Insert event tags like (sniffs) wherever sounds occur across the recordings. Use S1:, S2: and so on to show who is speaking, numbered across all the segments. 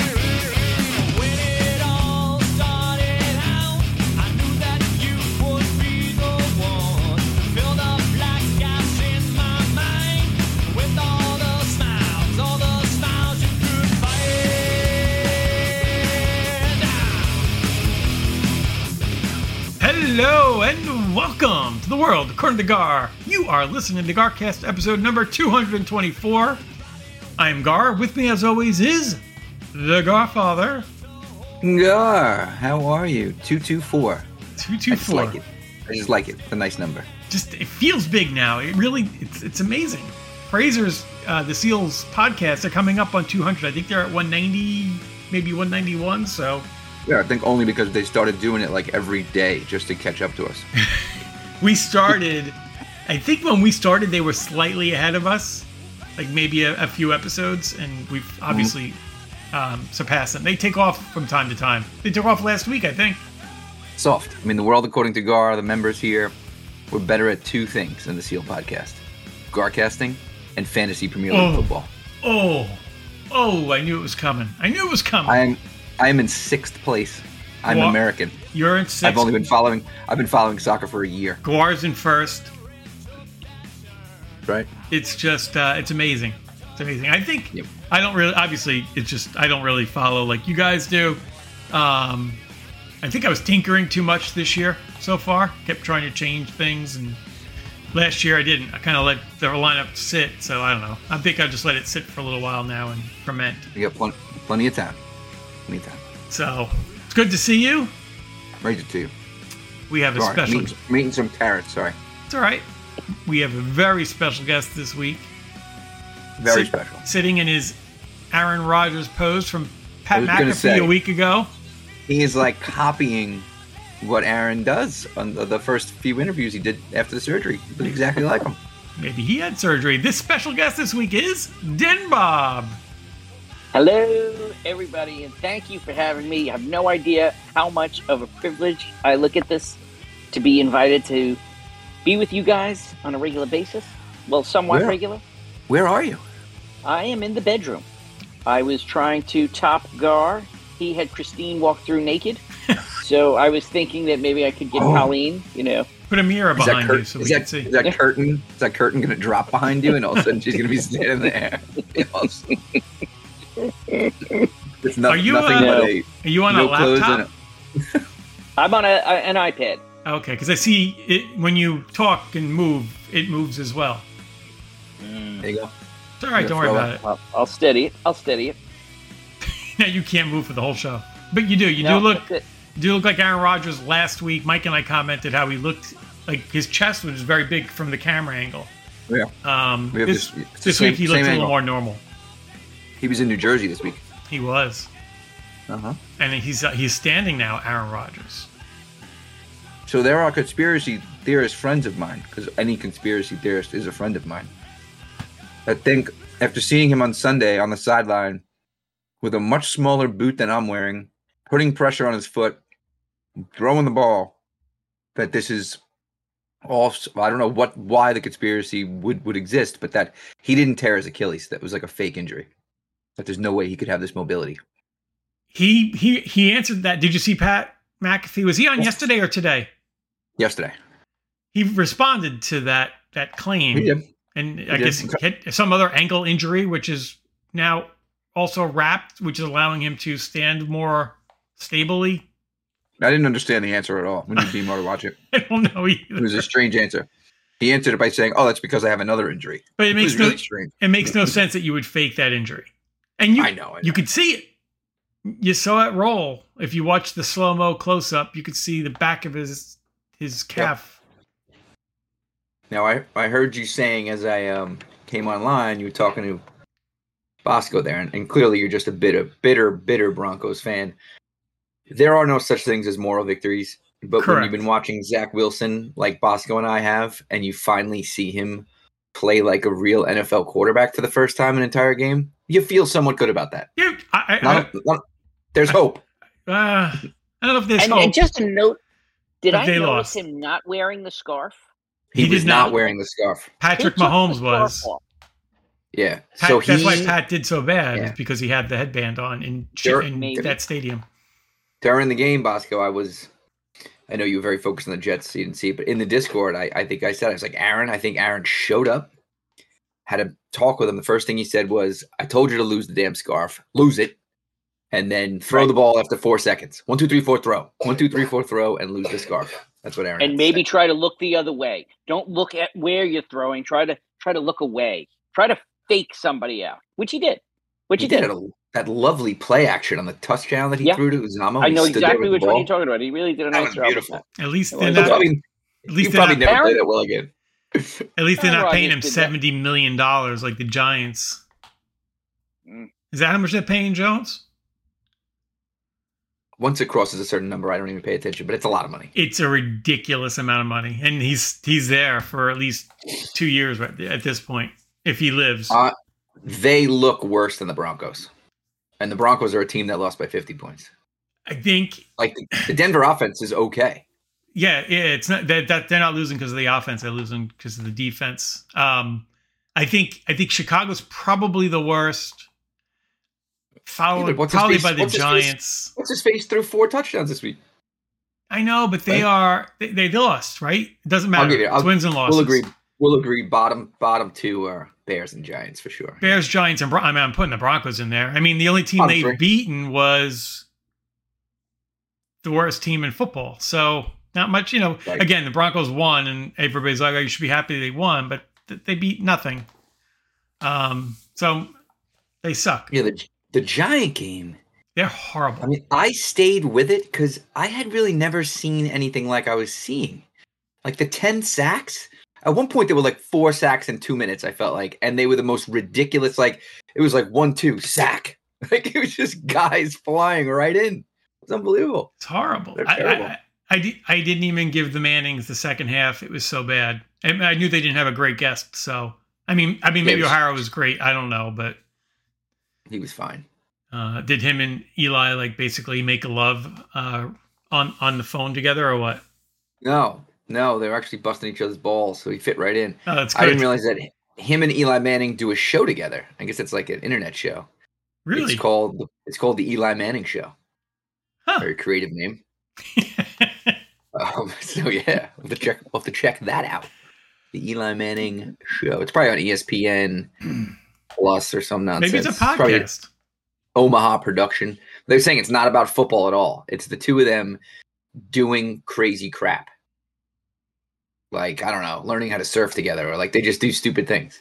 S1: When it all started out, I knew that you would be the one to fill the black gaps in my mind with all the smiles, all the smiles you could find.
S2: Hello and welcome to the world according to Gar. You are listening to Garcast episode number 224. I'm Gar. With me, as always, is the Garfather
S3: Gar, how are you? 224. I just
S2: 224.
S3: like it. I just like it. It's a nice number.
S2: Just it feels big now. It really it's it's amazing. Fraser's uh, the Seals podcast are coming up on 200. I think they're at 190, maybe 191. So
S3: Yeah, I think only because they started doing it like every day just to catch up to
S2: (laughs)
S3: us.
S2: we started. I think when we started, they were slightly ahead of us, like maybe a, a few episodes, and we've
S3: Mm-hmm.
S2: obviously um, surpassed them. They take off from time to time. They took off last week, I think.
S3: Soft. I mean, the world according to Gar, the members here, we're better at two things in the Seal podcast Garcasting and fantasy Premier League
S2: Oh.
S3: football.
S2: Oh, oh! I knew it was coming. I knew it was coming.
S3: I am I am in sixth place. I'm
S2: What?
S3: American.
S2: You're in 6th
S3: I've only been following I've been following soccer for a year.
S2: Guar's in first.
S3: Right?
S2: It's just, uh, it's amazing. It's amazing. I think
S3: Yep.
S2: I don't really. Obviously, it's just I don't really follow like you guys do. Um, I think I was tinkering too much this year so far. Kept trying to change things, and last year I didn't. I kind of let the lineup sit, so I don't know. I think I just let it sit for a little while now and ferment.
S3: We got plenty, plenty of time. Plenty of time.
S2: So it's good to see you.
S3: Raise it to you.
S2: We have a
S3: Gar,
S2: special.
S3: meeting, meeting some carrots, sorry.
S2: It's all right. We have a very special guest this week.
S3: Very
S2: Sit-
S3: special.
S2: Sitting in his Aaron Rodgers pose from Pat
S3: was gonna
S2: McAfee
S3: say.
S2: a week ago.
S3: he is like copying what Aaron does on the, the first few interviews he did after the surgery. He looked exactly like him.
S2: Maybe he had surgery. This special guest this week is Den Bob.
S4: Hello, everybody, and thank you for having me. I have no idea how much of a privilege I look at this to be invited to be with you guys on a regular basis. Well, somewhat
S3: Yeah.
S4: regular.
S3: Where are you?
S4: I am in the bedroom. I was trying to top Gar. He had Christine walk through naked.
S3: (laughs)
S4: so I was thinking that maybe I could get
S3: Oh.
S4: Colleen, you know.
S2: Put a mirror
S3: Is that,
S2: behind
S3: cur-
S2: you so we
S3: is,
S2: can
S3: that,
S2: see.
S3: is that curtain? Is that curtain going to drop behind you, and all of a sudden she's going to be standing there? (laughs) it's not,
S2: Are you,
S3: nothing
S2: uh,
S3: but a
S2: Are you on
S3: no
S2: a
S3: clothes and
S2: laptop?
S4: I'm on a, a, an iPad.
S2: Okay, because I see it when you talk and move, it moves as well.
S3: a, there you go.
S2: It's all right. Don't worry
S3: Throw
S2: about it.
S4: I'll, I'll steady it. I'll steady it.
S3: uh,
S2: Now (laughs) you can't move for the whole show, but you do. You
S4: No,
S2: do look.
S4: that's it.
S2: You do look like Aaron Rodgers last week. Mike and I commented how he looked like his chest was very big from the camera angle.
S3: Yeah.
S2: Um,
S3: We have
S2: this
S3: this- it's the
S2: this
S3: same-
S2: week he looked a
S3: same
S2: little
S3: angle.
S2: more normal.
S3: He was in New Jersey this week.
S2: He was,
S3: Uh-huh.
S2: and he's uh, he's standing now, Aaron Rodgers.
S3: So there are conspiracy theorist friends of mine, because any conspiracy theorist is a friend of mine. I think after seeing him on Sunday on the sideline with a much smaller boot than I'm wearing, putting pressure on his foot, throwing the ball, that this is all I don't know what why the conspiracy would would exist, but that he didn't tear his Achilles. That was like a fake injury. That there's no way he could have this mobility.
S2: He he he answered that. Did you see Pat McAfee? Was he on
S3: Yes.
S2: yesterday or today?
S3: Yesterday.
S2: He responded to that that claim,
S3: He did.
S2: and
S3: He
S2: I
S3: did.
S2: guess he hit some other ankle injury, which is now also wrapped, which is allowing him to stand more stably. (laughs)
S3: I didn't understand the answer at all. We need Beamer to watch it.
S2: I don't know
S3: It
S2: either,
S3: was a strange answer. He answered it by saying, "Oh, that's because I have another injury."
S2: but it
S3: It
S2: makes
S3: was
S2: no
S3: really strange.
S2: it makes no sense that you would fake that injury, and you
S3: I know. I know.
S2: you could see it. You saw it roll. If you watch the slow mo close up, you could see the back of his his calf.
S3: now I, I heard you saying as I um came online, you were talking to Bosco there, and, and clearly you're just a bitter, bitter, bitter Broncos fan. There are no such things as moral victories, but when
S2: Correct.
S3: you've been watching Zach Wilson like Bosco and I have, and you finally see him play like a real NFL quarterback for the first time in an entire game, you feel somewhat good about that.
S2: Dude, I, I,
S3: Not- not- there's hope.
S2: I, uh, I don't know if there's
S4: And,
S2: hope.
S4: and just a note: Did
S2: But
S4: I
S2: they
S4: notice
S2: lost.
S4: him not wearing the scarf?
S3: He,
S2: He did
S3: was not,
S2: not-
S3: wearing the scarf.
S4: Who
S2: Patrick
S4: took the
S2: Mahomes
S4: scarf
S2: was.
S4: off?
S3: Yeah.
S2: Pat,
S3: so he,
S2: that's why Pat did so bad
S3: Yeah.
S2: is because he had the headband on in,
S3: Sure,
S2: in
S4: maybe.
S2: that stadium.
S3: during the game, Bosco, I was. I know you were very focused on the Jets, so you didn't see it, but in the Discord, I, I think I said I was like Aaron. I think Aaron showed up, had a talk with him. The first thing he said was, "I told you to lose the damn scarf, lose it, and then throw the ball after four seconds. One, two, three, four, throw. One, two, three, four, throw, and lose the scarf." That's what Aaron. had
S4: And
S3: to
S4: maybe
S3: say.
S4: try to look the other way. Don't look at where you're throwing. Try to try to look away. Try to fake somebody out, which he did. Which
S3: he
S4: he,
S3: did
S4: did.
S3: a, that lovely play action on the touchdown that he
S4: Yeah.
S3: threw to Uzama.
S4: I
S3: He
S4: know
S3: stood there
S4: exactly
S3: with
S4: which
S3: the
S4: one
S3: ball.
S4: you're talking about. He really did a
S3: That
S4: nice
S3: was
S4: job. with
S3: beautiful.
S2: At least
S4: Well,
S2: they're
S4: And
S3: You
S2: not,
S4: that-
S2: at
S3: probably, you
S2: least they're
S3: probably
S2: not,
S3: never
S4: Aaron-
S3: played that well again.
S2: at least they're
S4: Aaron
S2: not paying him
S4: Rodgers did that.
S2: seventy million dollars like the Giants.
S4: Mm.
S2: Is that how much they're paying Jones?
S3: Once it crosses a certain number, I don't even pay attention, but it's a lot of money.
S2: It's a ridiculous amount of money, and he's he's there for at least two years right there at this point if he lives.
S3: Uh, They look worse than the Broncos, and the Broncos are a team that lost by 50 points.
S2: I think
S3: Like the- the Denver offense is okay.
S2: Yeah, yeah, it's not that, that they're not losing because of the offense; they're losing because of the defense. Um, I think I think Chicago's probably the worst,
S3: Yeah,
S2: followed
S3: but what's his
S2: probably
S3: face-
S2: by the
S3: what's his face-
S2: Giants.
S3: What's his face threw four touchdowns this week?
S2: I know, but they are they, they lost, right? It doesn't matter.
S3: give you- I'll-
S2: it's wins and losses.
S3: We'll agree. We'll agree. Bottom bottom two are Bears and Giants for sure.
S2: Bears, Giants, and Bron- I mean, I'm putting the Broncos in there. I mean, the only team
S3: I'm
S2: they've
S3: free.
S2: beaten was the worst team in football. So not much, you know.
S3: Right.
S2: Again, the Broncos won, and everybody's like, "Oh, you should be happy they won," but th- they beat nothing. Um, so they suck.
S3: Yeah, the the Giant game.
S2: They're
S3: I
S2: horrible.
S3: mean, I stayed with it because I had really never seen anything like I was seeing. Like the 10 sacks. At one point, there were like four sacks in two minutes, I felt like. And they were the most ridiculous. Like, it was like one, two, sack. (laughs) Like, it was just guys flying right in. It's unbelievable.
S2: It's horrible.
S3: They're
S2: I, I,
S3: terrible.
S2: I, I, di- I didn't even give the Mannings the second half. It was so bad. I, I knew they didn't have a great guest. So I mean, I mean,
S3: Yeah, it
S2: maybe
S3: was-
S2: O'Hara was great. I don't know, but.
S3: He was fine.
S2: Uh, did him and Eli like basically make love uh, on on the phone together or what?
S3: No, no, they were actually busting each other's balls. So he fit right in.
S2: Oh, that's good.
S3: I didn't realize that him and Eli Manning do a show together. I guess it's like an internet show.
S2: really.
S3: It's called, it's called the Eli Manning Show.
S2: Huh.
S3: Very creative name. Um, (laughs) so yeah, we'll have to check we'll have to check that out. The Eli Manning show. It's probably on E ESPN
S2: (clears throat)
S3: Plus or some
S2: (laughs)
S3: nonsense.
S2: Maybe it's a
S3: probably
S2: podcast.
S3: Omaha production. They're saying it's not about football at all. It's the two of them doing crazy crap. Like I don't know, learning how to surf together, or like they just do stupid
S2: (laughs)
S3: things.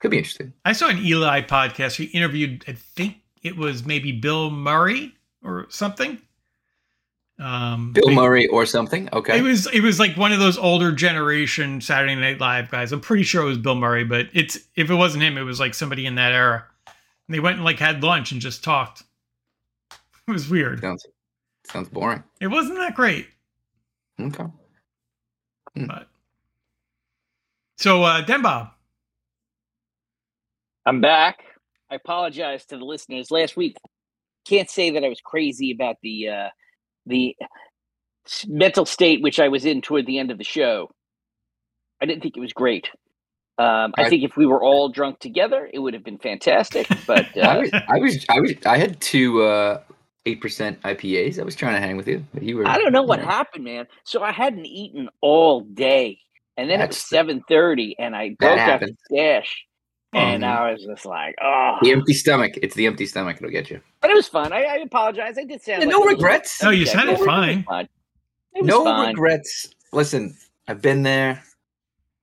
S3: Could be interesting.
S2: I saw an Eli podcast. He interviewed, I think it was maybe Bill Murray or something. Um,
S3: Bill
S2: but-
S3: Murray or something. Okay.
S2: It was it was like one of those older generation Saturday Night Live guys. I'm pretty sure it was Bill Murray, but it's if it wasn't him, it was like somebody in that era. And they went and like had lunch and just talked. (laughs) It was weird.
S3: sounds sounds boring.
S2: It wasn't that great.
S3: Okay.
S2: (laughs) But so uh Denbob,
S4: I'm back. I apologize to the listeners. Last week, can't say that I was crazy about the uh, the s- mental state which I was in toward the end of the show. I didn't think it was great. Um, I
S3: I-
S4: think if we were all drunk together, it would have been fantastic.
S3: (laughs)
S4: But
S3: I
S4: uh,
S3: was, I was, I was, I had two uh eight percent IPAs. I was trying to hang with you, but you were.
S4: I don't know what
S3: you
S4: happened, man. So I hadn't eaten all day, and then
S3: That's-
S4: it was seven thirty, and I broke out the
S3: happens.
S4: stash, and
S3: Mhm.
S4: I was just like, oh.
S3: The empty stomach. It's the empty stomach. It'll get you.
S4: But it was fun. I, I apologize. I did sound
S3: And
S4: like
S3: no
S4: a little-
S3: regrets.
S2: Oh, No, you
S4: Yeah,
S2: sounded
S4: no
S2: fine.
S4: regrets. It was
S3: No
S4: fine.
S3: regrets. Listen, I've been there.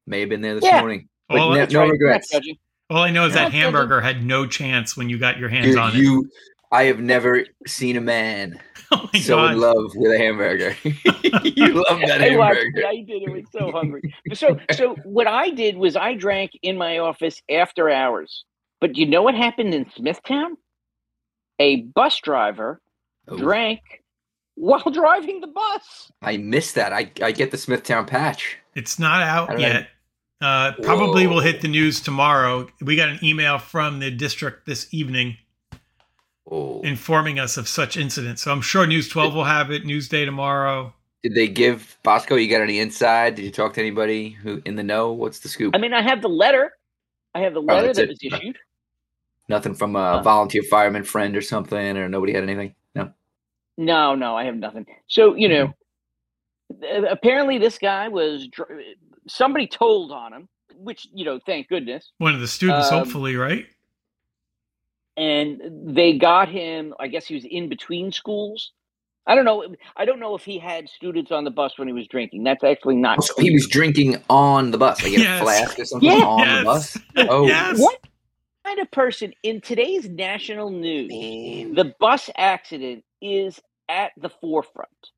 S3: May have been there this
S4: Yeah.
S3: morning. But
S2: all,
S3: ne-
S4: That's
S3: no
S4: right.
S3: regrets.
S4: That's judging.
S2: all I know is that
S4: Yeah.
S2: hamburger had no chance when you got your hands
S3: Dude,
S2: on it.
S3: you. I have never seen a man
S2: (laughs) Oh my
S3: so
S2: god!
S3: in love with a hamburger. (laughs) you
S4: (laughs)
S3: love that
S4: I watched it.
S3: hamburger.
S4: I did. It was
S3: (laughs)
S4: so hungry. So, so what I did was I drank in my office after hours. But you know what happened in Smithtown? A bus driver
S3: Oh,
S4: drank while (laughs) driving the bus.
S3: I missed that. I, I get the Smithtown patch.
S2: it's not
S3: I
S2: out
S3: don't
S2: yet.
S3: know.
S2: Uh, probably
S4: Whoa.
S2: will hit the news tomorrow. We got an email from the district this evening
S3: Oh.
S2: informing us of such incidents. So I'm sure News 12 will have it. Newsday tomorrow.
S3: Did they give Bosco? You got any inside? Did you talk to anybody who in the know? What's the scoop?
S4: I mean, I have the letter. I have the letter
S3: Oh, that's
S4: that
S3: it.
S4: was issued.
S3: Nothing from a volunteer fireman friend or something, or nobody had anything. No.
S4: No, no, I have nothing. So you know,
S3: Mm-hmm.
S4: uh, apparently this guy was dr- somebody told on him, which you know, thank goodness.
S2: One of the students,
S4: Um,
S2: hopefully, right?
S4: and they got him i guess he was in between schools i don't know i don't know if he had students on the bus when he was drinking that's actually not
S3: Also, Oh, he was drinking on the bus, like in
S2: Yes.
S3: a flask or something
S4: Yeah.
S3: on the bus. (laughs) Oh,
S2: yes.
S4: what kind of person in today's national news the bus accident is at the forefront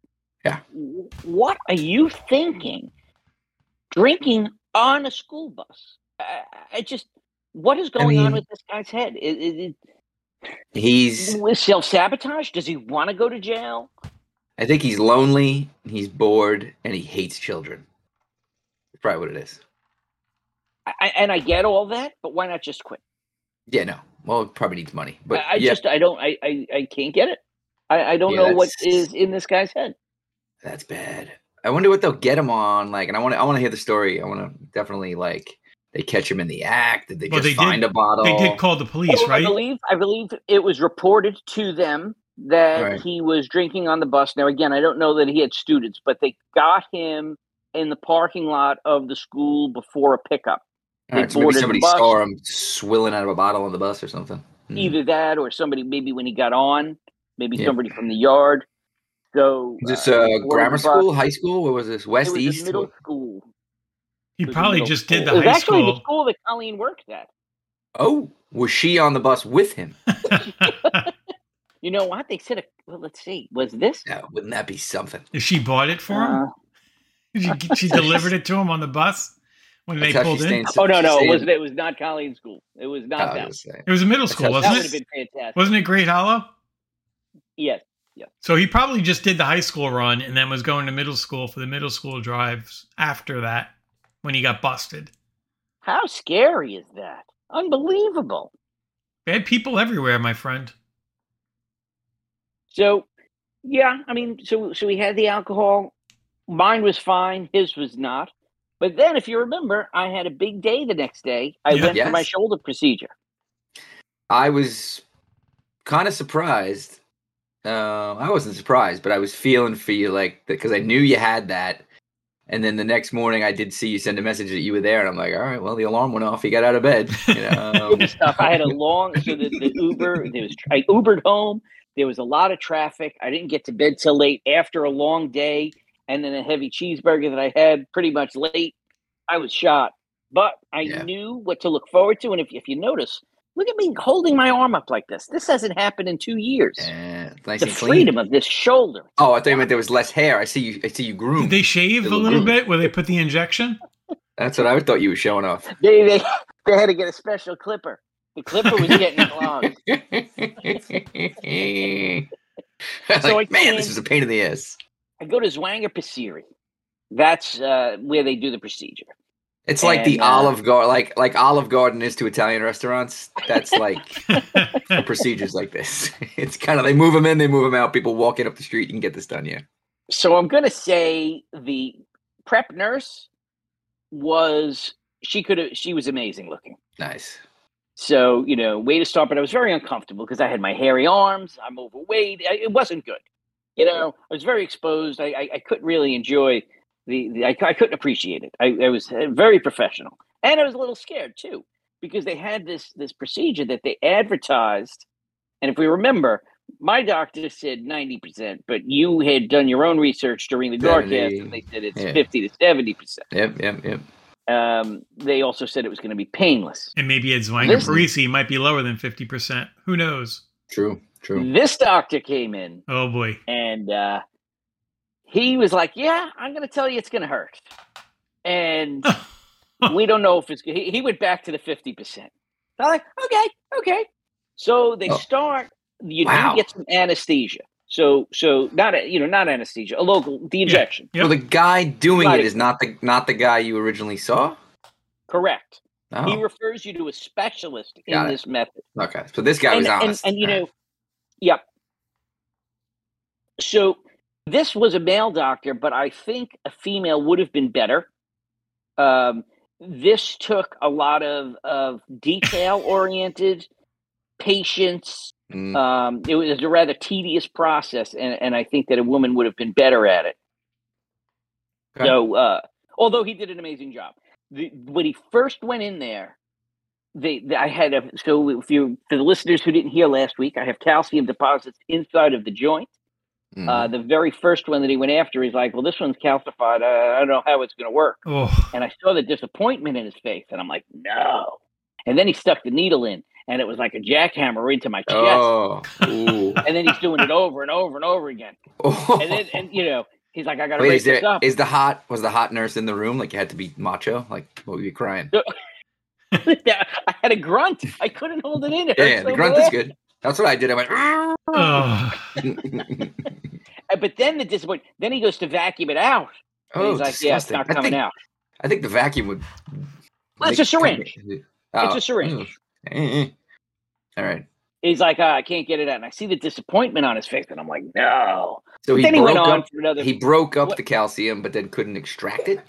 S3: Yeah.
S4: W- what are you thinking drinking on a school bus i, I just what is going on
S3: mean-
S4: with this guy's head It- it- it-
S3: He's.
S4: self sabotage? Does he want to go to jail?
S3: I think he's lonely. He's bored, and he hates children. That's probably what it is.
S4: I- I, and I get all that, but why not just quit?
S3: Yeah. No. Well, it probably needs money, but
S4: I, I
S3: yeah,
S4: just I don't I I, I can't get it. I, I don't
S3: Yeah,
S4: know what
S3: that's-
S4: is in this guy's head.
S3: That's bad. I wonder what they'll get him on. Like, and I want to. I want to hear the story. I want to definitely like. They catch him in the act. Did they
S2: Well,
S3: just
S2: they did-
S3: find a bottle?
S2: They did call the police,
S4: Oh, I
S2: right?
S4: believe I believe it was reported to them that
S3: Right.
S4: he was drinking on the bus. Now again, I don't know that he had students, but they got him in the parking lot of the school before a pickup.
S3: All
S4: they
S3: right, so maybe
S4: boarded the
S3: somebody
S4: bus.
S3: saw him swilling out of a bottle on the bus or something. Hmm.
S4: Either that or somebody maybe when he got on, maybe
S3: Yeah.
S4: somebody from the yard. So
S3: Is this
S4: uh,
S3: uh,
S4: boarded the
S3: grammar
S4: bus.
S3: school, high school? What was this?
S4: It
S3: West
S4: was a
S3: East?
S4: middle school.
S2: He
S4: It was a
S2: probably
S4: middle
S2: just did
S4: school.
S2: the
S4: It was
S2: high
S4: actually the
S2: school. (laughs)
S4: school that Colleen worked at.
S3: Oh, was she on the bus with him?
S4: You know what? They said, a, well, let's see, was this?
S3: Yeah, wouldn't that be something?
S2: she bought it for him?
S4: Uh,
S2: She, she delivered it to him on the bus when they
S3: That's how
S2: pulled
S3: she's
S2: in.
S3: staying-
S4: oh no,
S3: she's
S4: no, it
S3: staying-
S4: was it was not Colleen's school. It was
S3: Oh,
S4: not
S3: I
S4: that.
S3: was gonna say.
S2: It was a middle
S3: That's
S2: school,
S3: how-
S4: That
S2: wasn't
S4: would
S2: it?
S4: have been fantastic.
S2: Wasn't it Great Hollow?
S4: yes.
S2: So he probably just did the high school run and then was going to middle school for the middle school drives after that when he got busted.
S4: How scary is that? Unbelievable.
S2: Bad people everywhere, my friend.
S4: So, yeah, I mean, so so he had the alcohol. Mine was fine. His was not. But then, if you remember, I had a big day the next day. I
S2: Yeah.
S4: went for my
S3: Yes.
S4: shoulder procedure.
S3: I was kind of surprised. Uh, I wasn't surprised, but I was feeling for you, like because I knew you had that. And then the next morning, I did see you send a message that you were there, and I'm like, all right, well, the alarm went off. He got out of bed. You
S4: (laughs)
S3: know, (laughs) um,
S4: stuff. I had a long so the, the Uber. There was I Ubered home. There was a lot of traffic. I didn't get to bed till late after a long day, and then a heavy cheeseburger that I had pretty much late. I was shot, but I
S3: Yeah.
S4: knew what to look forward to. And if if you notice, look at me holding my arm up like this. This hasn't happened in two years.
S3: yeah, it's nice
S4: the
S3: and clean.
S4: freedom of this shoulder.
S3: Oh, I thought you meant there was less hair. I see you. I see you
S2: Did
S3: groomed.
S2: they shave a
S3: Little
S2: little
S3: groom.
S2: bit where they put the injection? (laughs)
S3: That's what I thought you were showing
S4: (laughs)
S3: off. (laughs)
S4: They they, they had to get a special clipper. The clipper was getting
S3: (laughs)
S4: long. So
S3: like, man, this
S4: I cleaned-
S3: is a pain in the ass.
S4: I go to Zwanger Passeri. That's uh, where they do the procedure.
S3: It's like the
S4: And, uh,
S3: Olive Garden, like like Olive Garden is to Italian restaurants.
S4: (laughs)
S3: That's like procedures like this. (laughs) It's kind of they move them in, they move them out. People walking up the street, you can get this done. Yeah,
S4: So I'm going to say the prep nurse was she could have she was amazing looking.
S3: nice.
S4: So you know, way to start. But I was very uncomfortable because I had my hairy arms. I'm overweight. I, it wasn't good. You know, I was very exposed. I I, I couldn't really enjoy the, the I, cou- I couldn't appreciate it. I, I was uh, very professional, and I was a little scared too because they had this this procedure that they advertised. And if we remember, my doctor said ninety percent, but you had done your own research during the Garcast, and they said it's
S3: Yeah.
S4: fifty to seventy percent.
S3: Yep, yep, yep.
S4: Um, they also said it was going to be painless.
S2: and maybe at Zwanger
S4: Listen.
S2: Parisi might be lower than 50%. Who knows?
S3: True, true.
S4: This doctor came in
S2: Oh boy.
S4: and uh, he was like, "Yeah, I'm going to tell you it's going to hurt,"
S3: (laughs)
S4: and we don't know if it's. He, he went back to the fifty percent. I'm like, okay, okay. So they
S3: Oh.
S4: start. You
S3: Wow.
S4: do get some anesthesia. So so not a, you know not anesthesia, a local the injection.
S2: Yep.
S3: So the guy doing
S4: Right.
S3: it is not the not the guy you originally saw.
S4: Correct. He
S3: Oh,
S4: refers you to a specialist in
S3: Got it.
S4: this method.
S3: okay. So this guy
S4: and,
S3: was
S4: and-
S3: honest.
S4: And, you know, yep. So this was a male doctor, but I think a female would have been better. Um, this took a lot of, of detail oriented patience.
S3: Mm,
S4: Um, it was a rather tedious process, and, and I think that a woman would have been better at it.
S3: Okay.
S4: So, uh, although he did an amazing job, the, when he first went in there, they, they- I had a so if you for the listeners who didn't hear last week, I have calcium deposits inside of the joint.
S3: mm.
S4: Uh, the very first one that he went after, he's like, "Well, this one's calcified. I, I don't know how it's going to work."
S2: Oh,
S4: And I saw the disappointment in his face, and I'm like, "No." And then he stuck the needle in, and it was like a jackhammer into my chest.
S3: oh. Ooh.
S4: And then he's doing it over and over and over again. (laughs) And then, and you know, he's like, "I got to
S3: Wait,
S4: break
S3: is
S4: this
S3: there
S4: up." (laughs)
S3: is the hot was the hot nurse in the room? Like you had to be macho? Like what were you crying?
S4: Yeah, I had a grunt. I couldn't hold it in. It
S3: Yeah,
S4: hurt
S3: yeah, the
S4: so
S3: grunt
S4: bad.
S3: is good. That's what I did. I went.
S4: (laughs)
S3: "Ah."
S2: oh.
S4: Uh, But then the disappointment. Then he goes to vacuum it out. And
S3: oh,
S4: he's like, "Yeah, it's
S3: disgusting.
S4: not
S3: I
S4: coming
S3: think,
S4: out.
S3: I think the vacuum would.
S4: Well,
S3: make-
S4: it's a syringe.
S3: Oh,
S4: it's a syringe."
S3: mm, eh, eh. All right.
S4: He's like, "Ah, "I can't get it out." And I see the disappointment on his face, and I'm like, "No."
S3: So he
S4: then he
S3: broke
S4: went on
S3: up.
S4: for another.
S3: He broke up
S4: What-
S3: the calcium, but then couldn't extract it.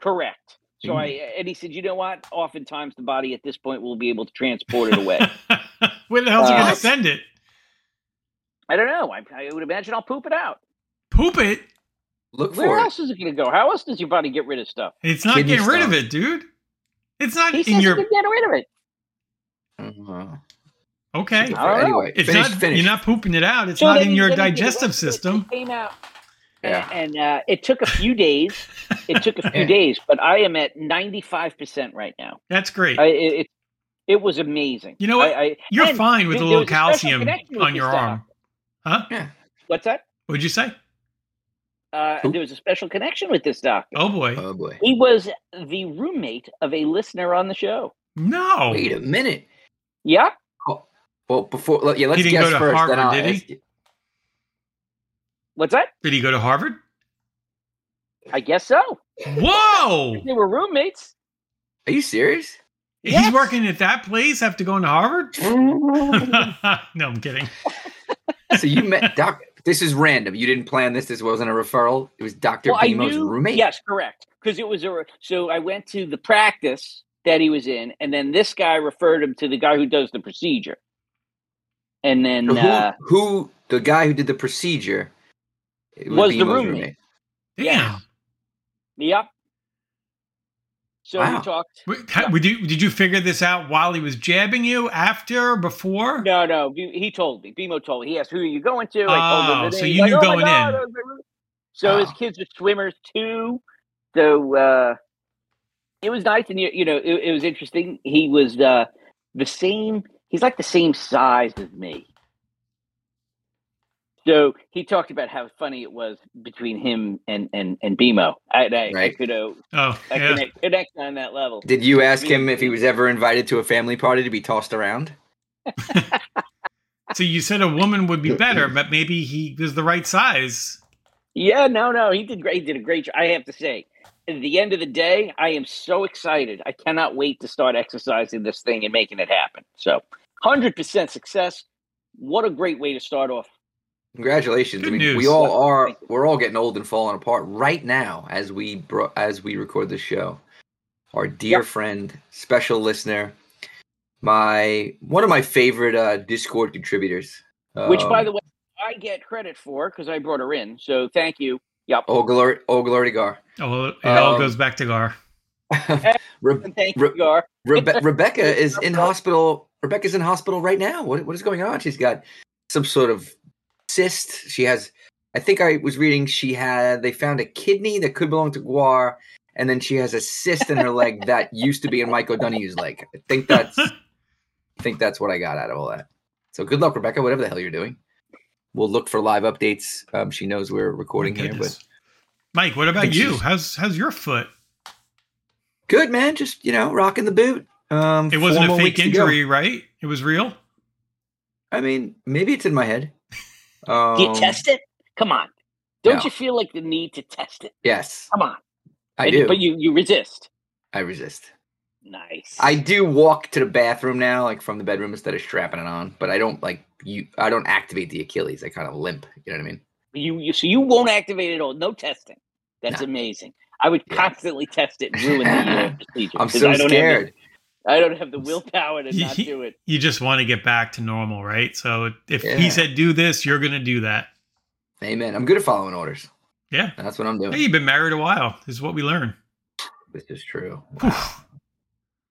S4: correct. So
S3: Mm.
S4: I and he said, "You know what? Oftentimes the body at this point will be able to transport
S3: (laughs)
S4: it away."
S2: (laughs) Where the hell's he
S4: Uh,
S2: gonna send it?
S4: I don't know. I, I would imagine I'll poop it out.
S2: Poop it.
S3: Look
S4: Where
S3: for it.
S4: else is it going to go? How else does your body get rid of stuff?
S2: It's not
S3: Kidney
S2: getting rid of
S3: stone.
S2: it, dude. It's not
S4: He
S2: in
S4: says
S2: your
S4: you can get rid of it.
S3: Uh-huh.
S2: okay.
S4: I don't know.
S3: Anyway,
S2: It's
S3: finish,
S2: not.
S3: finish.
S2: You're not pooping it out. It's
S4: So
S2: not
S4: then
S2: in
S4: he-
S2: your
S4: then he did it.
S2: digestive
S4: That's it. It
S2: system.
S4: came out.
S3: Yeah.
S4: And uh, it took a few days. It took
S2: (laughs)
S4: a few days, but I am at ninety five percent right now.
S2: That's great.
S4: I, it, it it was amazing.
S2: You know what?
S4: I, I,
S2: You're
S4: and
S2: fine with
S4: there-
S2: a
S4: there
S2: little
S4: was a special
S2: calcium
S4: connection with
S2: on your
S4: this
S2: arm, huh?
S4: What's that?
S2: What'd you say?
S4: Uh,
S3: Who?
S4: there was a special connection with this doctor.
S2: Oh boy.
S3: Oh boy.
S4: He was the roommate of a listener on the show.
S2: No.
S3: Wait a minute.
S4: Yeah,
S3: Well, before let- yeah, let's
S2: didn't
S3: guess
S2: go to
S3: first.
S2: Harvard,
S3: then I'll
S2: did he?
S3: ask you.
S4: what's that?
S2: Did he go to
S3: (laughs)
S2: Harvard?
S4: I guess so.
S2: Whoa.
S4: They were roommates.
S3: Are you serious?
S4: Yes. Oh,
S2: He's working at that place after going to
S4: (laughs)
S2: Harvard?
S3: Mm-hmm.
S2: (laughs) no, I'm kidding.
S3: so you met Doc. This is random. You didn't plan this. This wasn't a referral. It was Doctor
S4: well, I
S3: Bemo's
S4: knew.
S3: roommate.
S4: Yes, correct. Because it was a. re- So I went to the practice that he was in, and then this guy referred him to the guy who does the procedure. And then
S3: So
S4: uh,
S3: who, who the guy who did the procedure it
S4: Was the
S3: Bemo's
S4: roommate.
S2: Damn.
S4: Yeah. Yep. So
S3: Wow.
S4: we talked.
S2: Wait, ha- would you- did you figure this out while he was jabbing you, after, or before?
S4: No, no. He he told me. Bemo told me. He asked, "Who are you going to?" I told
S2: Oh,
S4: him. the
S2: so
S4: name.
S2: you
S4: He's
S2: knew
S4: "Oh my
S2: going
S4: God,
S2: in."
S4: I was like, So his
S3: Oh.
S4: kids were swimmers too. So uh, it was nice, and you, you know, it, it was interesting. He was uh, the same. He's like the same size as me. So he talked about how funny it was between him and and and Bemo. I, I, I
S3: Right.
S4: could uh,
S2: Oh,
S4: I
S2: yeah.
S4: connect, connect on that level.
S3: Did you ask him
S4: Me.
S3: if he was ever invited to a family party to be tossed around?
S2: So you said a woman would
S3: (laughs)
S2: be better, but maybe he was the right size.
S4: Yeah, no, no, he did great. He did a great job. I have to say, at the end of the day, I am so excited. I cannot wait to start exercising this thing and making it happen. So, hundred percent success. What a great way to start off.
S3: Congratulations. I
S2: Good
S3: mean, we
S2: news.
S3: all are. We're all getting old and falling apart right now as we bro- as we record this show. Our dear
S4: Yep.
S3: friend, special listener, my one of my favorite uh, Discord contributors.
S4: Which, by
S3: um,
S4: the way, I get credit for because I brought her in. So, thank you. Yep,
S3: Ogler Oglerdigar.
S2: Oh, it all
S3: Um,
S2: goes back to Gar.
S3: Re-
S4: and thank
S3: Re-
S4: you, Gar.
S3: Rebe- Rebecca is in hospital. Rebecca's in hospital right now. What, what is going on? She's got some sort of cyst. She has, I think I was reading, she had, they found a kidney that could belong to Guar, and then she has a cyst in her leg that used to be in Mike O'Donoghue's leg. I think that's, I think that's what I got out of all that. So good luck, Rebecca, whatever the hell you're doing. We'll look for live updates. Um, she knows we're recording here, but
S2: Goodness. Mike, what about
S3: think
S2: you?
S3: she's-
S2: How's how's your foot?
S3: good, man. Just, you know, rocking the boot. Um,
S2: It
S3: four
S2: wasn't a
S3: more
S2: fake
S3: weeks to go.
S2: injury, right? It was real.
S3: I mean, maybe it's in my head.
S4: Do you
S3: Um,
S4: test it? Come on. Don't
S3: no.
S4: you feel like the need to test it?
S3: Yes,
S4: Come on.
S3: I
S4: And-
S3: do.
S4: But you you resist.
S3: I resist.
S4: Nice.
S3: I do walk to the bathroom now, like from the bedroom instead of strapping it on, but I don't like you I don't activate the Achilles. I kind of limp. You know what I mean?
S4: You, you so you won't activate it all. No testing. That's
S3: No.
S4: amazing. I would
S3: Yeah.
S4: constantly test it and ruin
S3: (laughs)
S4: the uh, procedure.
S3: I'm
S4: 'cause
S3: so
S4: I don't
S3: scared.
S4: Have the, I don't have the willpower to not do it.
S2: You just want to get back to normal, right? So if
S3: Yeah.
S2: he said do this, you're going to do that.
S3: Amen. I'm good at following orders.
S2: Yeah.
S3: That's what I'm doing.
S2: Hey, you've been married a while. This is what we learn.
S3: This is true.
S2: Whew.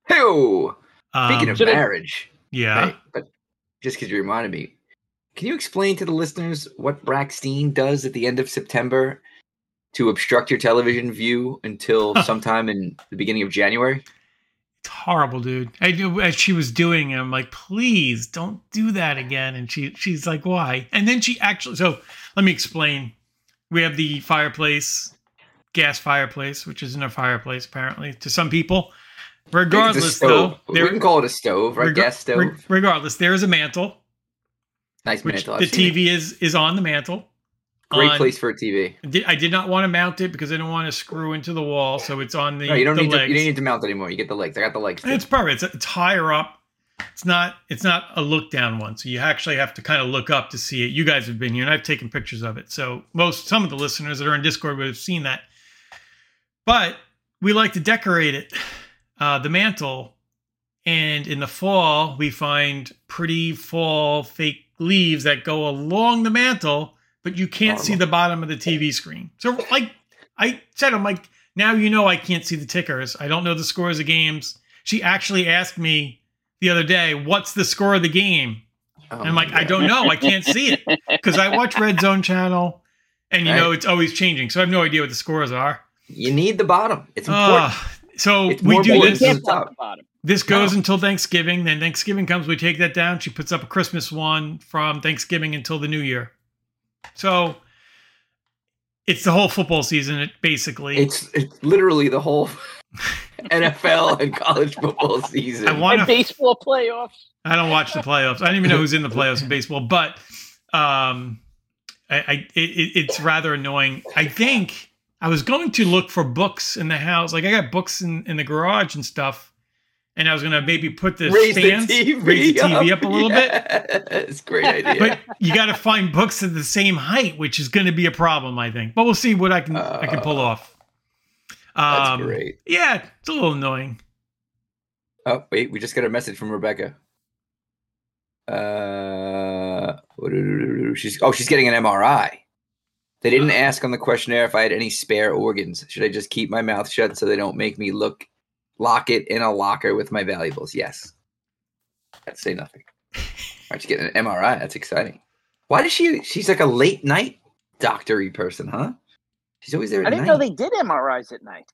S3: Hey, speaking
S2: Um,
S3: of
S4: so then-
S3: marriage,
S2: yeah.
S3: right, but just because you reminded me, can you explain to the listeners what Braxteen does at the end of September to obstruct your television view until sometime in the beginning of January?
S2: It's horrible, dude. I do as she was doing it, I'm like, please don't do that again. And she she's like, why? And then she actually so let me explain. We have the fireplace, gas fireplace, which isn't a fireplace apparently to some people.
S3: I think it's a
S2: Regardless,
S3: stove.
S2: though,
S3: we can call it a stove, right?
S2: reg-
S3: Gas stove.
S2: reg- regardless, there is a mantle,
S3: nice
S2: which
S3: mantle.
S2: the
S3: I've seen it.
S2: TV is is on the mantle.
S3: Great
S2: on-
S3: place for a TV.
S2: I did, I did not want to mount it because I didn't want to screw into the wall, so it's on the,
S3: No, you don't
S2: the
S3: need to.
S2: legs.
S3: You don't need to mount it anymore. You get the legs. I got the legs. too.
S2: It's perfect. It's, it's higher up. It's not. It's not a look down one. So you actually have to kind of look up to see it. You guys have been here, and I've taken pictures of it. So most some of the listeners that are in Discord would have seen that. But we like to decorate it, uh, the mantle, and in the fall we find pretty fall fake leaves that go along the mantle, but you can't see the bottom of the TV screen. So like I said, I'm like now you know I can't see the tickers. I don't know the scores of games. She actually asked me the other day, "What's the score of the game?" (laughs)
S3: Oh,
S2: And I'm like, "I
S3: yeah.
S2: don't know. I can't see it
S3: (laughs)
S2: because I watch Red Zone Channel, and you know it's always changing, so I have no idea what the scores are."
S3: You need the bottom. It's important.
S2: Uh, so
S3: It's
S2: we
S3: more
S2: do
S3: important
S2: this.
S3: than
S4: Can't
S3: the
S4: top
S3: top.
S4: the bottom.
S2: This goes until Thanksgiving. Then Thanksgiving comes, we take that down. She puts up a Christmas one from Thanksgiving until the New Year. So it's the whole football season, it basically.
S3: It's, it's literally the
S2: (laughs)
S3: whole (laughs) NFL and college football season.
S2: I want
S4: And
S2: to
S4: baseball playoffs.
S2: I don't watch the playoffs. I don't even know who's in the playoffs in baseball, but um, I, I it, it- it's rather annoying. I think I was going to look for books in the house. Like I got books in, in the garage and stuff, and I was gonna maybe put the
S3: raise
S2: stands,
S3: the TV,
S2: raise the TV up, a little bit.
S3: bit. (laughs) It's a great idea.
S2: But you got to find books at the same height, which is going to be a problem, I think. But we'll see what I can I can pull off.
S3: Uh, That's
S2: Um,
S3: great.
S2: Yeah, it's a little annoying.
S3: Oh wait, we just got a message from Rebecca. Uh, (laughs) she's oh she's getting an MRI. They didn't
S4: (gasps)
S3: ask on the questionnaire if I had any spare organs. Should I just keep my mouth shut so they don't make me look lock it in a locker with my valuables? Yes. I'd say
S4: (laughs)
S3: nothing. All right, she's getting an MRI. That's exciting. Why does she? She's like a late night doctory person, huh? She's always there. At
S4: I didn't
S3: night.
S4: know they did MRIs at night.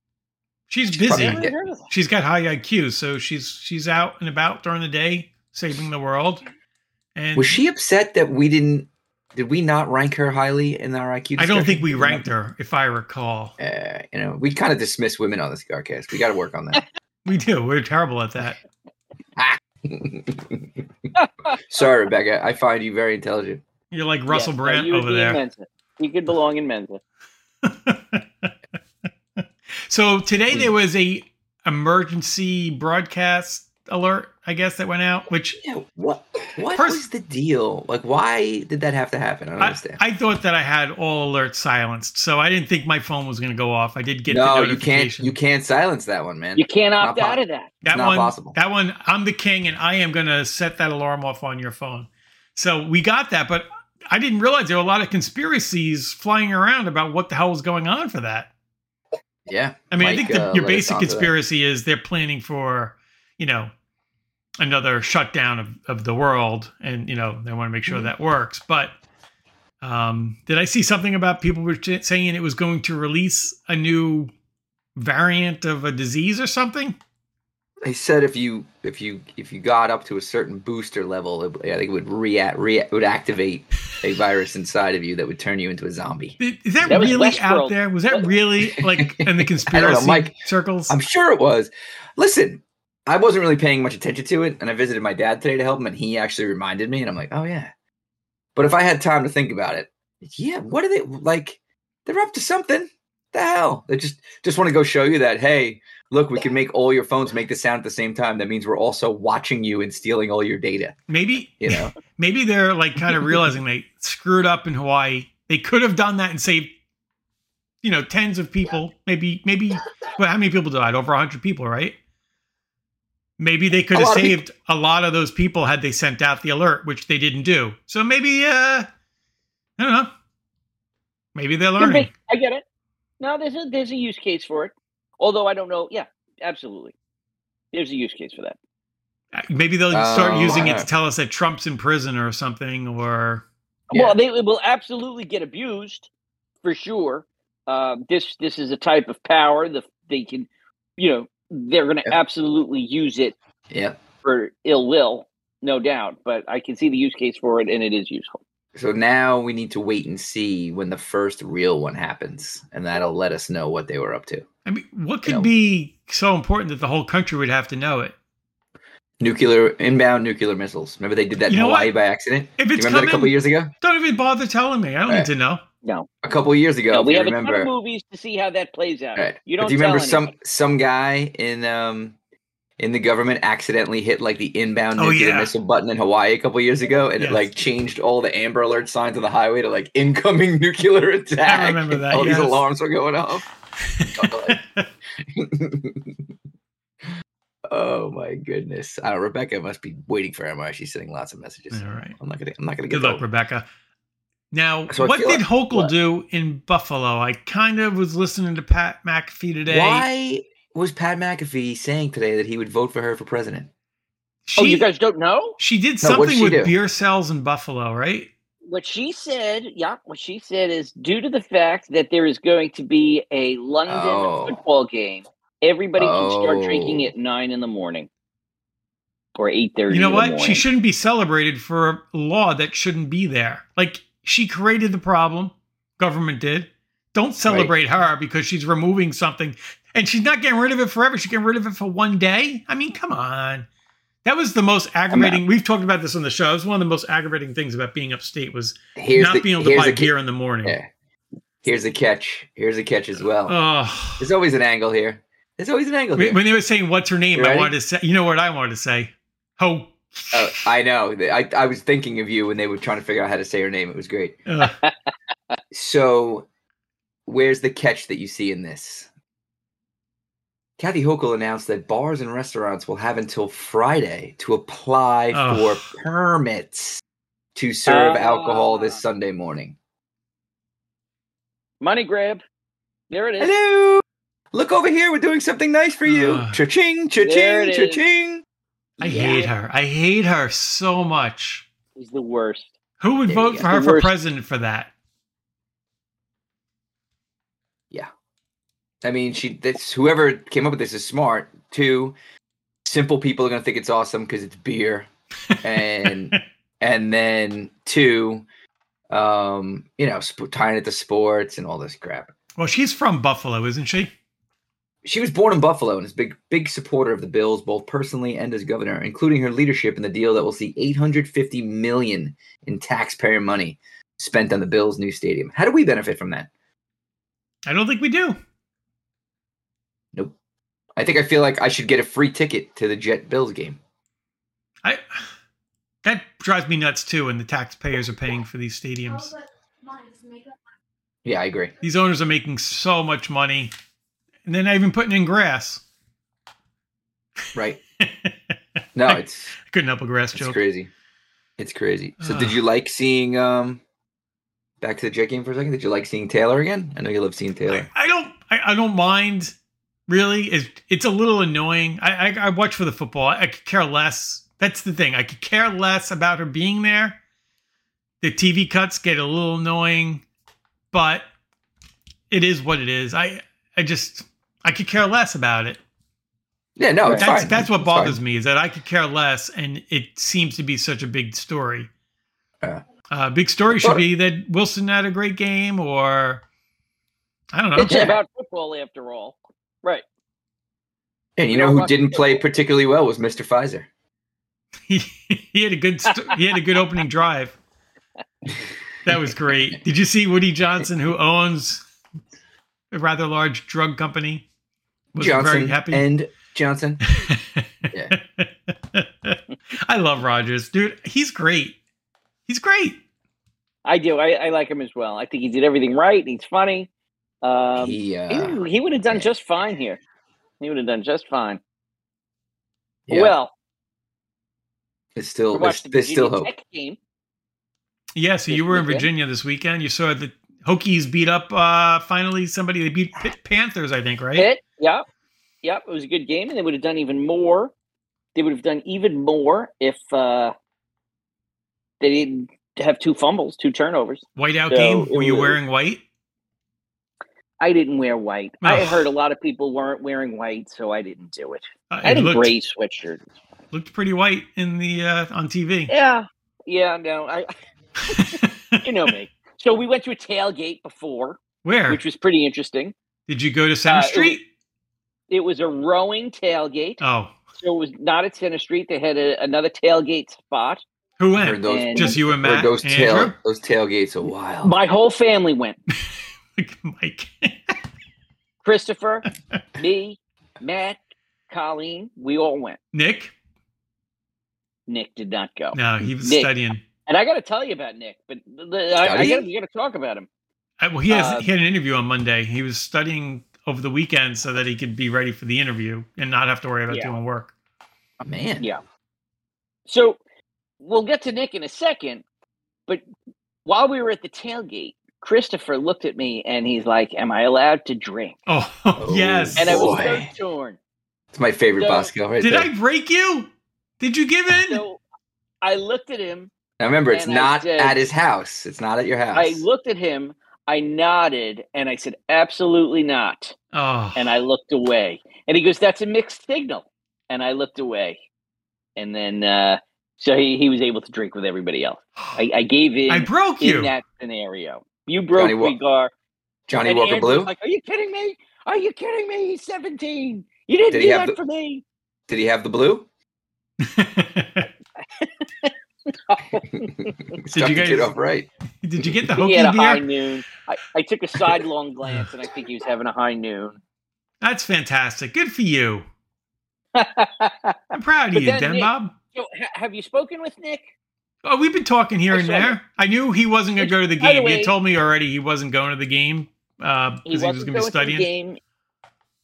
S2: She's busy.
S3: Yeah.
S4: Never heard of that.
S2: she's got high IQ, so she's she's out and about during the day, saving the world. And
S3: Was she upset that we didn't? Did we not rank her highly in our IQ?
S2: I don't
S3: discussion?
S2: think we
S3: Did
S2: ranked her, if I recall.
S3: Uh, you know, we kind of dismiss women on this Scarcast. We got to work on that.
S2: We do. We're terrible at that.
S3: Sorry, Rebecca. I find you very intelligent.
S2: You're like Russell
S4: Yes, no,
S2: Brand
S4: you would
S2: over
S4: be in
S2: there.
S4: Mensa. You could belong in Mensa.
S2: So today
S3: Hmm.
S2: there was a emergency broadcast alert, I guess, that went out, which
S3: Yeah. What? What
S2: Pers-
S3: was the deal? Like, why did that have to happen? I don't
S2: I,
S3: understand.
S2: I thought that I had all alerts silenced, so I didn't think my phone was going to go off. I did get
S3: no,
S2: the
S3: you can't.
S2: notification.
S3: You can't silence that one, man.
S4: You can't opt
S3: Not
S4: out of that.
S2: that
S3: not
S2: one,
S3: possible.
S2: That one, I'm the king, and I am going to set that alarm off on your phone. So we got that, but I didn't realize there were a lot of conspiracies flying around about what the hell was going on for that.
S3: yeah.
S2: I mean, I
S3: Mike,
S2: think the,
S3: uh,
S2: your
S3: led us
S2: basic
S3: onto that.
S2: conspiracy is they're planning for, you know, another shutdown of, of the world, and you know they want to make
S3: Mm-hmm.
S2: sure that works. But um, did I see something about people were t- saying it was going to release a new variant of a disease or something?
S3: They said if you if you if you got up to a certain booster level, it, I think it would react, react would activate a virus inside of you that would turn you into a zombie.
S2: Th- Is that,
S4: That was
S2: really out
S4: Westworld.
S2: there? Was that really
S3: (laughs)
S2: like in the conspiracy
S3: Mike.
S2: circles?
S3: I'm sure it was. Listen, I wasn't really paying much attention to it, and I visited my dad today to help him, and he actually reminded me, and I'm like, oh yeah. But if I had time to think about it, yeah, what are they like? They're up to something. the hell? They just just want to go show you that hey, look, we can make all your phones make the sound at the same time. That means we're also watching you and stealing all your data.
S2: Maybe
S3: You know,
S2: maybe they're like kind
S3: (laughs)
S2: of realizing they screwed up in Hawaii. They could have done that and saved, you know, tens of people. Maybe,
S3: (laughs)
S2: maybe, well, how many people died? Over 100 people, right? Maybe they could
S3: A
S2: have
S3: lot of
S2: saved a lot of those people had they sent out the alert, which they didn't do. So maybe, uh, I don't know. Maybe they're
S4: Could
S2: learning.
S4: be. I get it. No, there's a there's a use case for it. Although I don't know. Yeah, absolutely. There's a use case for that.
S2: Uh, Maybe they'll start
S3: Oh,
S2: using
S3: why
S2: it to
S3: not?
S2: tell us that Trump's in prison or something, or
S4: Well, they will absolutely get abused for sure. Um, this this is a type of power that they can, you know, they're going to
S3: Yeah.
S4: absolutely use it
S3: yeah.
S4: for ill will, no doubt. But I can see the use case for it, and it is useful.
S3: So now we need to wait and see when the first real one happens, and that'll let us know what they were up to.
S2: I mean, what could
S3: Yeah.
S2: be so important that the whole country would have to know it?
S3: Nuclear inbound nuclear missiles. Remember they did that
S2: You
S3: in
S2: know
S3: Hawaii
S2: what?
S3: by accident.
S2: If
S3: Do you
S2: it's
S3: remember
S2: coming,
S3: that a couple years ago?
S2: don't even bother telling me. I don't
S3: Right.
S2: need to know.
S4: No,
S3: A couple years ago,
S4: no
S3: if
S4: we
S3: you
S4: have
S3: remember.
S4: a ton of movies to see how that plays out.
S3: Right.
S4: You
S3: But
S4: don't
S3: do you remember
S4: tell
S3: some
S4: anybody.
S3: some guy in um in the government accidentally hit like the inbound
S2: Oh,
S3: nuclear
S2: yeah.
S3: missile button in Hawaii a couple years ago, and
S2: Yes.
S3: it like changed all the amber alert signs on the highway to like incoming (laughs) nuclear attack.
S2: remember
S3: and
S2: that,
S3: All
S2: yes.
S3: these alarms were going off.
S2: (laughs)
S3: (laughs) oh my goodness! Uh, Rebecca must be waiting for Emma. She's sending lots of messages.
S2: All right.
S3: I'm not gonna. I'm not gonna get
S2: Good luck,
S3: those.
S2: Rebecca. Now,
S3: So I
S2: what did
S3: feel like-
S2: Hochul
S3: what?
S2: do in Buffalo? I kind of was listening to Pat McAfee today.
S3: Why was Pat McAfee saying today that he would vote for her for president?
S2: She,
S4: oh, you guys don't know
S2: she did
S3: No, what did
S2: something
S3: she
S2: with
S3: do?
S2: beer sales in Buffalo, right?
S4: what she said. Yeah, what she said is due to the fact that there is going to be a London
S3: Oh.
S4: football game. Everybody can start drinking
S3: Oh.
S4: at nine in the morning or eight thirty.
S2: You know
S4: in the
S2: what? She
S4: morning.
S2: shouldn't be celebrated for a law that shouldn't be there. Like, she created the problem, government did. Don't celebrate her because she's removing something and she's not getting rid of it forever. She's getting rid of it for one day. I mean, come on. That was the most aggravating. We've talked about this on the show. It was one of the most aggravating things about being upstate was
S3: Here's
S2: not
S3: the,
S2: being able to
S3: here's
S2: buy
S3: the, ki-
S2: beer in the morning.
S3: Yeah. Here's a catch. Here's a catch as well.
S2: Oh,
S3: There's always an angle here. There's always an angle here.
S2: when when they were saying what's her name,
S3: You
S2: I
S3: ready?
S2: wanted to say, you know what I wanted to say? Ho.
S3: Oh, I know. I, I was thinking of you when they were trying to figure out how to say her name. It was great. (laughs)
S2: Ugh.
S3: So, where's the catch that you see in this? Kathy Hochul announced that bars and restaurants will have until Friday to apply
S2: Oh.
S3: for permits to serve alcohol
S4: Ah.
S3: this Sunday morning.
S4: money grab. There it is.
S3: Hello. Look over here. We're doing something nice for you.
S2: Ah.
S3: cha-ching,
S4: There
S3: cha-ching,
S4: it is.
S3: cha-ching.
S2: I
S4: Yeah.
S2: hate her. I hate her so much.
S4: He's the worst.
S2: Who would
S3: There you
S2: vote
S3: go.
S2: for her
S4: The
S2: for
S4: worst.
S2: president for that?
S3: I mean, she that's whoever came up with this is smart. Two, simple people are gonna think it's awesome because it's beer, and and then two, um, you know, sp- tying it to sports and all this crap.
S2: Well, she's from Buffalo, isn't she?
S3: She was born in Buffalo and is a big big supporter of the Bills, both personally and as governor, including her leadership in the deal that will see 850 million in taxpayer money spent on the Bills' new stadium. How do we benefit from that?
S2: I don't think we do.
S3: I think I feel like I should get a free ticket to the Jet Bills game.
S2: I that drives me nuts too when the taxpayers are paying for these stadiums.
S3: Yeah, I agree.
S2: These owners are making so much money. And they're not even putting in grass. (laughs)
S3: Right. No, it's
S2: I couldn't help a grass
S3: it's
S2: joke.
S3: crazy. It's crazy. So did
S2: Ugh.
S3: you like seeing um back to the jet game for a second? Did you like seeing Taylor again? I know you love seeing
S2: I,
S3: Taylor.
S2: I don't I, I don't mind really. It's, it's a little annoying. I, I I watch for the football. I, I could care less. That's the thing. I could care less about her being there. The TV cuts get a little annoying, but it is what it is. I I just I could care less about it.
S3: Yeah, no, it's
S2: That's
S3: fine.
S2: that's what
S3: It's
S2: bothers
S3: fine.
S2: me is that I could care less, and it seems to be such a big story.
S3: Yeah.
S2: Uh, big story should be that Wilson had a great game, or I don't know.
S4: It's
S3: Yeah.
S4: about football after all. Right.
S3: And you
S4: We
S3: know
S4: don't
S3: who
S4: watch
S3: didn't play particularly well was Mr. Pfizer.
S2: he, he had a good st- he had a good opening drive. That was great. Did you see Woody Johnson, who owns a rather large drug company was
S3: Johnson
S2: very happy.
S3: and Johnson.
S2: (laughs)
S3: Yeah.
S2: I love Rogers, dude. He's great. He's great.
S4: I do. I, I like him as well. I think he did everything right. He's funny. Um, he
S3: he, uh,
S4: he would have done
S3: yeah.
S4: just fine here. He would have done just fine.
S3: yeah,
S4: Well,
S3: it's
S4: we
S3: still there's,
S4: watched the
S3: there's still
S4: Virginia
S3: hope.
S4: Tech game.
S2: Yeah, so you were in
S4: Okay.
S2: Virginia this weekend. You saw the Hokies beat up uh finally somebody. They beat Pitt Panthers, I think, right?
S4: Pitt. Yep. Yep. It was a good game, and they would have done even more. They would have done even more if uh, they didn't have two fumbles, two turnovers.
S2: Whiteout
S4: So
S2: game.
S4: it
S2: Were you
S4: was-
S2: wearing white?
S4: I didn't wear white. I
S2: Ugh.
S4: heard a lot of people weren't wearing white, so I didn't do it.
S2: Uh,
S4: I had
S2: it
S4: a
S2: looked,
S4: gray sweatshirt.
S2: looked pretty white in the uh on TV.
S4: Yeah. Yeah.
S2: (laughs)
S4: No. I. You know me. So we went to a tailgate before,
S2: Where
S4: which was pretty interesting.
S2: did you go to Center
S4: Uh, it was-
S2: Street?
S4: It was a rowing tailgate,
S2: Oh,
S4: so it was not at Center Street. They had a, another tailgate spot.
S2: who
S3: Heard
S2: went?
S3: those,
S4: And-
S2: Just you and
S3: heard
S2: Matt.
S3: those
S2: (laughs)
S3: tail
S2: Andrew?
S3: those tailgates a while.
S4: My whole family went.
S2: Mike. (laughs)
S4: Christopher, me, Matt, Colleen, we all went.
S2: Nick?
S4: Nick did not go.
S2: No, he was
S4: Nick.
S2: studying.
S4: And I got to tell you about Nick, but the, I, I
S3: Studying?
S4: gotta, you got to talk about him.
S2: Uh, well, he has
S4: Uh,
S2: he had an interview on Monday. He was studying over the weekend so that he could be ready for the interview and not have to worry about
S4: Yeah.
S2: doing work. (laughs)
S3: Man,
S4: Yeah. So we'll get to Nick in a second, but while we were at the tailgate, Christopher looked at me and he's like, "Am I allowed to drink?"
S2: Oh, yes.
S4: And I was so
S3: Boy.
S4: torn.
S3: it's my favorite
S4: So-
S3: Bosco right
S2: Did
S3: there.
S2: I break you? Did you give in?
S4: So I looked at him.
S3: now remember, it's
S4: and I
S3: not
S4: said-
S3: at his house. It's not at your house.
S4: I looked at him. I nodded and I said, "Absolutely not."
S2: oh,
S4: and I looked away. And he goes, "That's a mixed signal." And I looked away, and then uh, so he, he was able to drink with everybody else. I, I gave in
S2: I broke
S4: in
S2: you.
S4: that scenario. You broke
S3: Johnny Wa-
S4: me, Gar.
S3: Johnny
S4: And
S3: Walker
S4: Andrew's
S3: Blue.
S4: Like, are you kidding me? Are you kidding me? He's seventeen. You didn't
S3: Did he
S4: do
S3: have
S4: that
S3: the-
S4: for me.
S3: Did he have the blue? Did
S2: you
S3: you
S2: guys-
S3: guys off right?
S2: (laughs) Did you get
S4: (laughs)
S2: the
S4: he had a
S2: Hokie
S4: high
S2: beer?
S4: noon. I, I took
S2: (laughs)
S4: a sidelong glance, and I think he was having a high noon.
S2: That's fantastic. Good for
S4: (laughs)
S2: you.
S4: so,
S2: I'm proud of
S4: But
S2: you,
S4: then
S2: Den
S4: Nick-
S2: Bob.
S4: ha- have you spoken with Nick?
S2: Oh, we've been talking here
S4: I
S2: and
S4: saw
S2: there. I knew he wasn't going
S4: Which,
S2: to go to the
S4: by the
S2: game. You
S4: way-
S2: had told me already he wasn't going to the game because he, was going to be
S4: going the
S2: studying.
S4: game.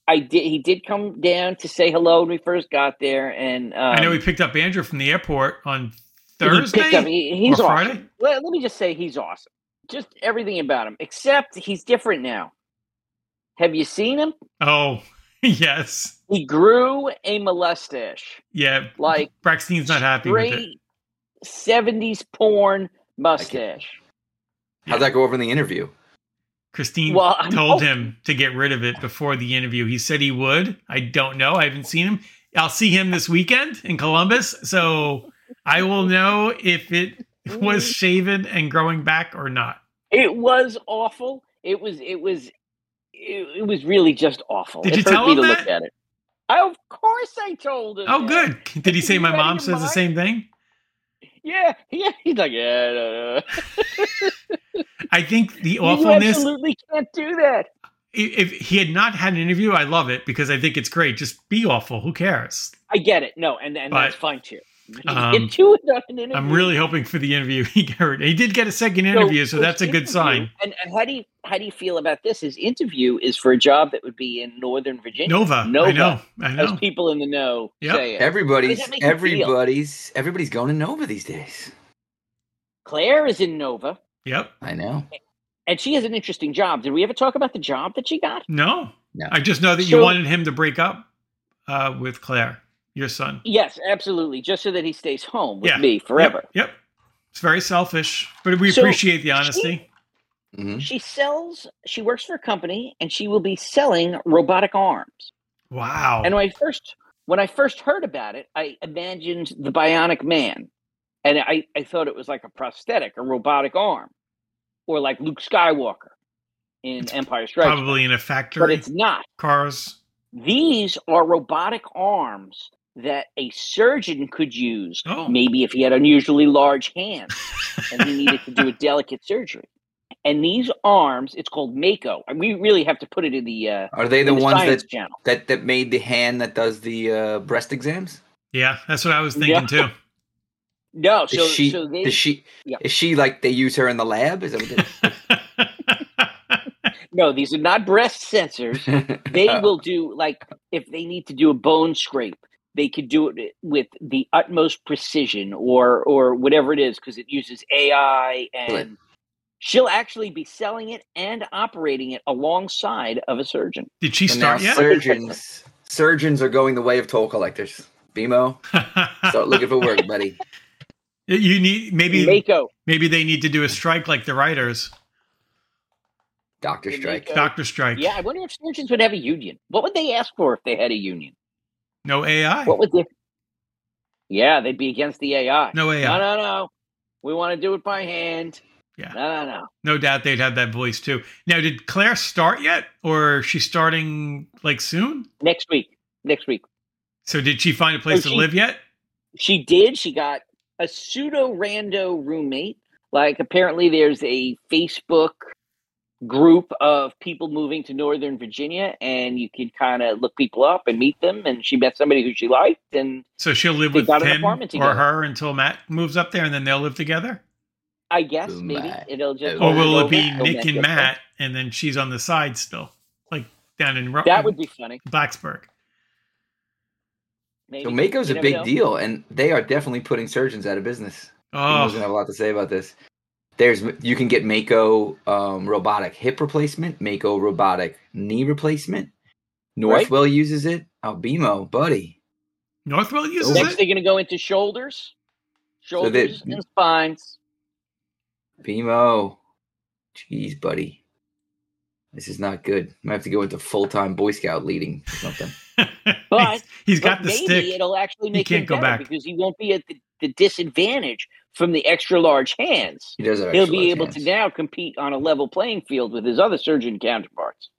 S4: I did. He did come down to say hello when we first got there, and um,
S2: I know he picked up Andrew from the airport on
S4: he picked
S2: Thursday.
S4: up- E- he- he's
S2: or
S4: awesome.
S2: Friday?
S4: Let, let me just say he's awesome. Just everything about him, except he's different now. Have you seen him?
S2: oh, (laughs) yes.
S4: He grew a mustache,
S2: Yeah.
S4: like
S2: Braxton's not happy with it.
S4: straight seventies porn mustache.
S3: How'd that go over in the interview?
S2: Christine
S4: Well, I'm
S2: told
S4: hoping-
S2: him to get rid of it before the interview. He said he would. I don't know. I haven't seen him. I'll see him this weekend in Columbus, so I will know if it (laughs) was
S4: Mm.
S2: shaven and growing back or not.
S4: It was awful. It was. It was. It, it was really just awful.
S2: Did
S4: it
S2: you
S4: hurt
S2: tell
S4: me
S2: him
S4: to look
S2: that?
S4: at it. I, of course, I told him.
S2: Oh,
S4: that. (laughs)
S2: good. Did he say
S4: You
S2: my
S4: ready
S2: mom
S4: to
S2: says the
S4: mine?
S2: same thing?
S4: Yeah, (laughs) yeah. He's like, yeah, no, no.
S2: I think the
S4: You
S2: awfulness.
S4: absolutely can't do that.
S2: If he had not had an interview, I love it because I think it's great. Just be awful. Who cares?
S4: I get it. No, and and that's
S2: But,
S4: fine too. You
S2: um,
S4: get two and not an interview.
S2: I'm really hoping for the interview. He got, he did get a second
S4: So
S2: interview, so
S4: his
S2: that's a good
S4: interview-
S2: sign.
S4: And, and how do you how do you feel about this? His interview is for a job that would be in Northern Virginia.
S2: Nova, I
S4: Nova.
S2: know, I
S4: Those
S2: know.
S4: people in the know
S2: Yep.
S4: say it.
S3: Everybody's
S4: How does that make you feel?
S3: everybody's everybody's going to Nova these days.
S4: Claire is in Nova,
S2: Yep.
S3: I know.
S4: and she has an interesting job. Did we ever talk about the job that she got?
S2: No.
S3: No.
S2: I just know that you
S4: So-
S2: wanted him to break up uh, with Claire, your son.
S4: Yes, absolutely. Just so that he stays home with
S2: Yeah.
S4: me forever.
S2: Yep. yep. It's very selfish, but we
S4: So-
S2: appreciate the honesty.
S3: Mhm.
S4: She sells. She works for a company, and she will be selling robotic arms.
S2: Wow.
S4: And when I first when I first heard about it, I imagined the Bionic Man, and I, I thought it was like a prosthetic, a robotic arm, or like Luke Skywalker in Empire Strikes. Back.
S2: Probably in a
S4: But
S2: factory.
S4: it's not.
S2: Cars.
S4: These are robotic arms that a surgeon could use,
S2: Oh. (laughs)
S4: maybe if he had unusually large hands and he needed to do a delicate surgery. And these arms, it's called Mako. And We really have to put it in the uh,
S3: Are they the
S4: in
S3: ones
S4: science
S3: that,
S4: channel.
S3: that that made the hand that does the uh, breast exams?
S2: Yeah, that's what I was thinking too.
S4: No,
S3: Is
S4: so
S3: she?
S4: so they
S3: is she?
S4: yeah.
S3: Is she like they use her in the lab? Is that what it
S4: no, these are not breast sensors.
S3: is? (laughs)
S4: they
S3: Oh.
S4: will do like if they need to do a bone scrape they could do it with the utmost precision or or whatever it is because it uses ai and
S3: Right.
S4: she'll actually be selling it and operating it alongside of a surgeon
S2: (laughs) Did she
S3: So now
S2: start yet?
S3: surgeons surgeons are going the way of toll collectors. BMO, start looking for work, buddy.
S2: (laughs) you need maybe
S4: mako
S2: maybe they need to do a strike like the writers,
S3: Doctor strike.
S4: Mako.
S2: Doctor Strike.
S4: yeah i wonder if surgeons would have a union what would they ask for if they had a union
S2: No AI.
S4: what would they yeah they'd be against the ai
S2: No AI.
S4: no no no we want to do it by hand
S2: Yeah.
S4: no no no
S2: No doubt they'd have that voice too. Now, did Claire start yet, or is she starting like soon?
S4: next week next week
S2: So, did she find a place to
S4: she-
S2: live yet?
S4: She did. She got a pseudo rando roommate. Like apparently there's a Facebook group of people moving to Northern Virginia and you can kind of look people up and meet them and she met somebody who she liked and
S2: So she'll live
S4: They
S2: with
S4: got an
S2: him
S4: apartment
S2: or
S4: together.
S2: her until Matt moves up there, and then they'll live together.
S4: I guess
S3: Oh
S4: maybe
S3: my.
S4: it'll just
S3: Oh,
S2: Or will
S4: over
S2: it be
S4: till
S2: Nick and
S4: gets
S2: Matt, and then she's on the side still, like down in Ro-
S4: there. That would be funny.
S2: Blacksburg?
S4: Maybe.
S3: So Mako's
S4: You
S3: a
S4: never
S3: big
S4: know.
S3: deal, and they are definitely putting surgeons out of business. BMO's gonna
S2: Oh,
S3: have a lot to say about this. There's you can get Mako um, robotic hip replacement, Mako robotic knee replacement.
S4: Right.
S3: Northwell uses it. Albimo, buddy.
S2: Northwell uses
S4: Next
S2: it.
S4: they're going to go into shoulders,
S3: So they-
S4: shoulders and spines.
S3: BMO. Jeez, buddy. This is not good. I have to go into full time Boy Scout leading or something.
S4: But-
S2: He's- he's
S4: But
S2: got the
S4: maybe
S2: stick.
S4: It'll actually make
S2: can't
S4: him
S2: go
S4: better
S2: back.
S4: because he won't be at the, the disadvantage from the extra large hands.
S3: He does have
S4: He'll
S3: extra
S4: be
S3: large
S4: able to
S3: hands.
S4: now compete on a level playing field with his other surgeon counterparts.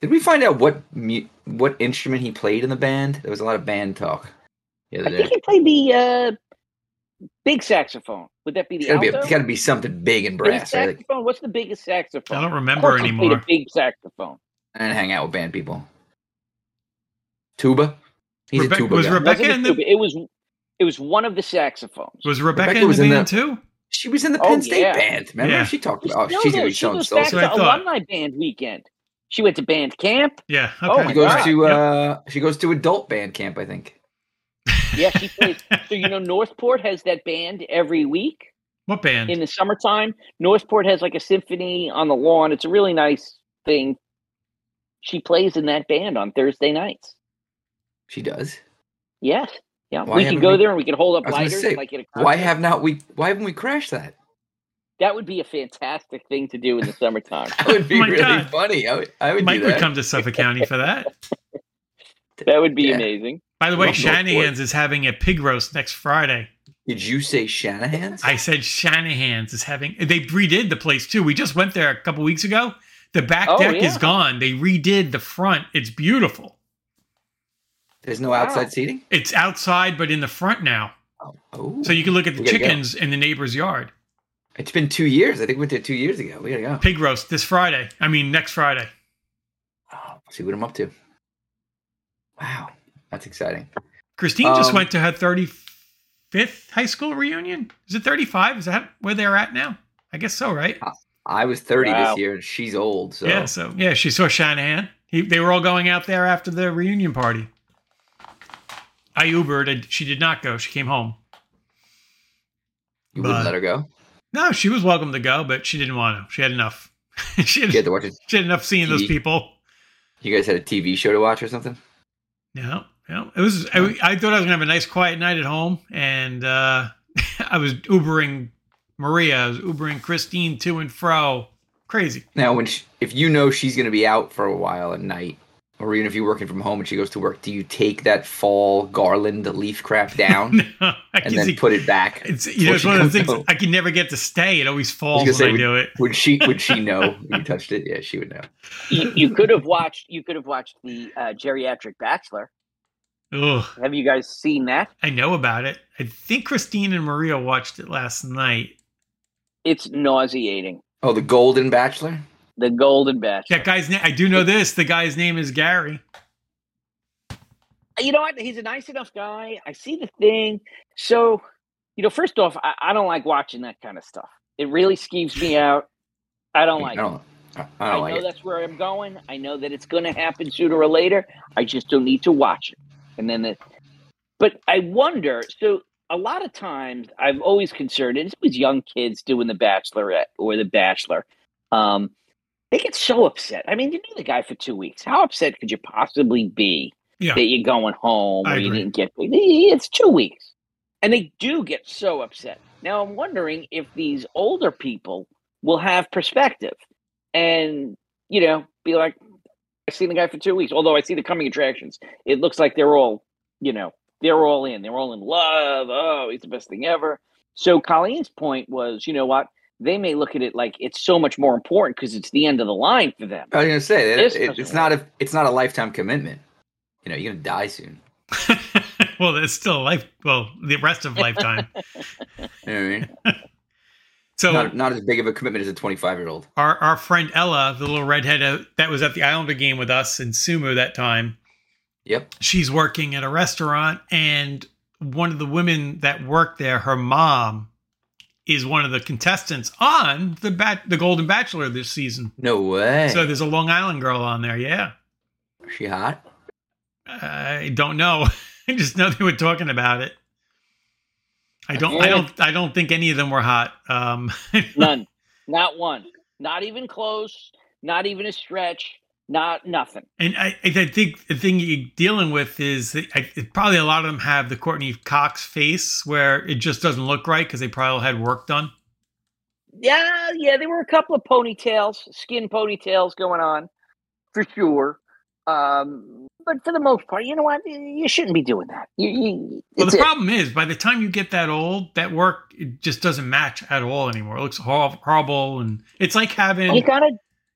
S3: Did we find out what mu- what instrument he played in the band? There was a lot of band talk the
S4: I
S3: other
S4: think
S3: day.
S4: he played the uh, big saxophone. Would that be
S3: It's
S4: the
S3: gotta be,
S4: alto?
S3: it's gotta be something big and
S4: Big
S3: brass, right? Like,
S4: saxophone? What's the biggest saxophone?
S2: I don't
S4: Of
S2: remember
S4: course he played
S2: anymore.
S4: a big saxophone.
S3: and hang out with band people. Tuba. He's
S2: Rebecca-
S3: a tuba
S2: was
S3: guy.
S2: Rebe- Rebecca
S4: Wasn't it
S2: and the-
S4: stupid? it was it was one of the saxophones.
S2: Was Rebecca,
S3: Rebecca
S2: in
S3: was
S2: the
S3: in
S2: band
S3: the-
S2: too?
S3: she was in the
S4: Oh,
S3: Penn State
S4: yeah.
S3: band. Remember
S2: Yeah.
S3: she talked
S4: She's
S3: about? Oh,
S4: still
S3: she's gonna
S4: there.
S3: be
S4: She
S3: showing
S4: goes
S3: so
S4: back
S2: So I
S4: to
S2: thought-
S4: alumni band weekend. She went to band camp.
S2: Yeah. Okay.
S4: Oh my
S3: She goes
S4: God.
S3: to
S2: Yep.
S3: uh, she goes to adult band camp, I think.
S4: Yeah, she plays. so you know, Northport has that band every week
S2: What band?
S4: in the summertime. Northport has like a symphony on the lawn. It's a really nice thing. She plays in that band on Thursday nights.
S3: She does.
S4: Yes, yeah,
S3: Why
S4: we can
S3: haven't
S4: go
S3: we-
S4: there and we can hold
S3: I
S4: up
S3: was gonna
S4: lighters
S3: say,
S4: like at a
S3: Why
S4: concert.
S3: have not we? Why haven't we crashed that? (laughs)
S4: that would be a fantastic thing to do in the
S3: (laughs)
S4: summertime.
S3: That would be
S2: Oh my
S3: really
S2: God.
S3: funny. I would, I would
S2: Mike
S3: do
S2: would
S3: that.
S2: come to Suffolk County for that.
S4: that would be
S3: Yeah.
S4: amazing. (laughs)
S2: By the way,
S3: Love Northport.
S2: Shanahan's is having a pig roast next Friday.
S3: Did you say Shanahan's?
S2: I said Shanahan's is having. They redid the place too. We just went there a couple weeks ago. The back
S4: Oh,
S2: deck is
S4: yeah.
S2: gone. They redid the front. It's beautiful.
S3: There's no
S4: Wow.
S3: outside seating.
S2: It's outside, but in the front now,
S3: Oh, oh.
S2: so you can look at the
S3: We gotta go.
S2: chickens in the neighbor's yard.
S3: it's been two years. I think we went there two years ago. We gotta go.
S2: Pig roast this Friday. I mean next Friday.
S3: Oh, see what I'm up to. Wow, that's exciting.
S2: Christine just
S3: Um,
S2: went to her thirty fifth high school reunion. Is it thirty five? Is that where they're at now? I guess so, right?
S3: I was 30
S4: Wow.
S3: this year, and she's old. So
S2: Yeah. So yeah, she saw Shanahan. He, they were all going out there after the reunion party. I Ubered. And she did not go. She came home.
S3: you wouldn't
S2: But-
S3: let her go.
S2: No, she was welcome to go, but she didn't want to. She had enough. (laughs) she, had,
S3: You had to watch it.
S2: she had enough seeing those
S3: TV.
S2: people.
S3: You guys had a TV show to watch or something.
S2: No, no. It was. I, I thought I was gonna have a nice, quiet night at home, and uh, (laughs) I was Ubering Maria. I was Ubering Christine to and fro. Crazy. (laughs)
S3: Now, when she, if you know she's going to be out for a while at night, or even if you're working from home and she goes to work, do you take that fall garland leaf crap down
S2: (laughs) I can
S3: and then
S2: see-
S3: put it back?
S2: (laughs) it's you know it's
S3: before
S2: one
S3: she
S2: of the
S3: comes
S2: things
S3: home?
S2: I can never get to stay. It always falls
S3: gonna
S2: when
S3: say,
S2: I do it.
S3: Would she? Would she know if you touched it? Yeah, she would know.
S4: You, you could have watched. You could have watched the uh, geriatric bachelor.
S2: Ugh.
S4: Have you guys seen that?
S2: I know about it. I think Christine and Maria watched it last night.
S4: It's nauseating.
S3: Oh, the Golden Bachelor.
S4: The Golden Bachelor.
S2: That guy's name. I do know this. The guy's name is Gary. (laughs)
S4: You know what? He's a nice enough guy. I see the thing. So, you know, first off, I, I don't like watching that kind of stuff. It really skeeves me out. I don't like
S3: I
S4: it.
S3: don't. I don't
S4: I,
S3: like
S4: know
S3: it.
S4: that's where I'm going. I know that it's going to happen sooner or later. I just don't need to watch it. And then, the, but I wonder. So a lot of times, I've always concerned, and it was young kids doing the Bachelorette or the Bachelor. Um, they get so upset. I mean, you knew the guy for two weeks. How upset could you possibly be
S2: Yeah.
S4: that you're going home
S2: I
S4: or you
S2: agree.
S4: didn't get? It's two weeks, and they do get so upset. Now I'm wondering if these older people will have perspective and you know be like i've seen the guy for two weeks although i see the coming attractions it looks like they're all you know they're all in they're all in love oh he's the best thing ever so colleen's point was you know what they may look at it like it's so much more important because it's the end of the line
S3: (laughs)
S4: for them
S3: I was gonna say that
S4: This
S3: it-
S4: doesn't
S3: it's not a it's not a lifetime commitment. You know, you're gonna die soon.
S2: well, it's still life. Well, the rest of
S3: (laughs)
S2: lifetime.
S3: You know what I mean?
S2: So
S3: Not not as big of a commitment as a 25 year old.
S2: our our friend Ella, the little redhead uh, that was at the Islander game with us in Sumu that time,
S3: Yep.
S2: she's working at a restaurant and one of the women that worked there her mom is one of the contestants on the bat the golden bachelor this season
S3: No way.
S2: so there's a long island girl on there yeah
S3: Is she hot?
S2: i don't know (laughs) i just know they were talking about it i don't i don't i don't think any of them were hot um
S4: none not one not even close not even a stretch not nothing
S2: And I, I I think the thing you're dealing with is that I, it- probably a lot of them have the Courtney Cox face where it just doesn't look right because they probably had work done.
S4: Yeah, yeah, there were a couple of ponytails, skin ponytails going on for sure. Um, but for the most part, you know what? You shouldn't be doing that. You, you,
S2: Well,
S4: it's
S2: the
S4: it.
S2: problem is by the time you get that old, that work it just doesn't match at all anymore. It looks hor- horrible, and it's like having
S4: you gotta.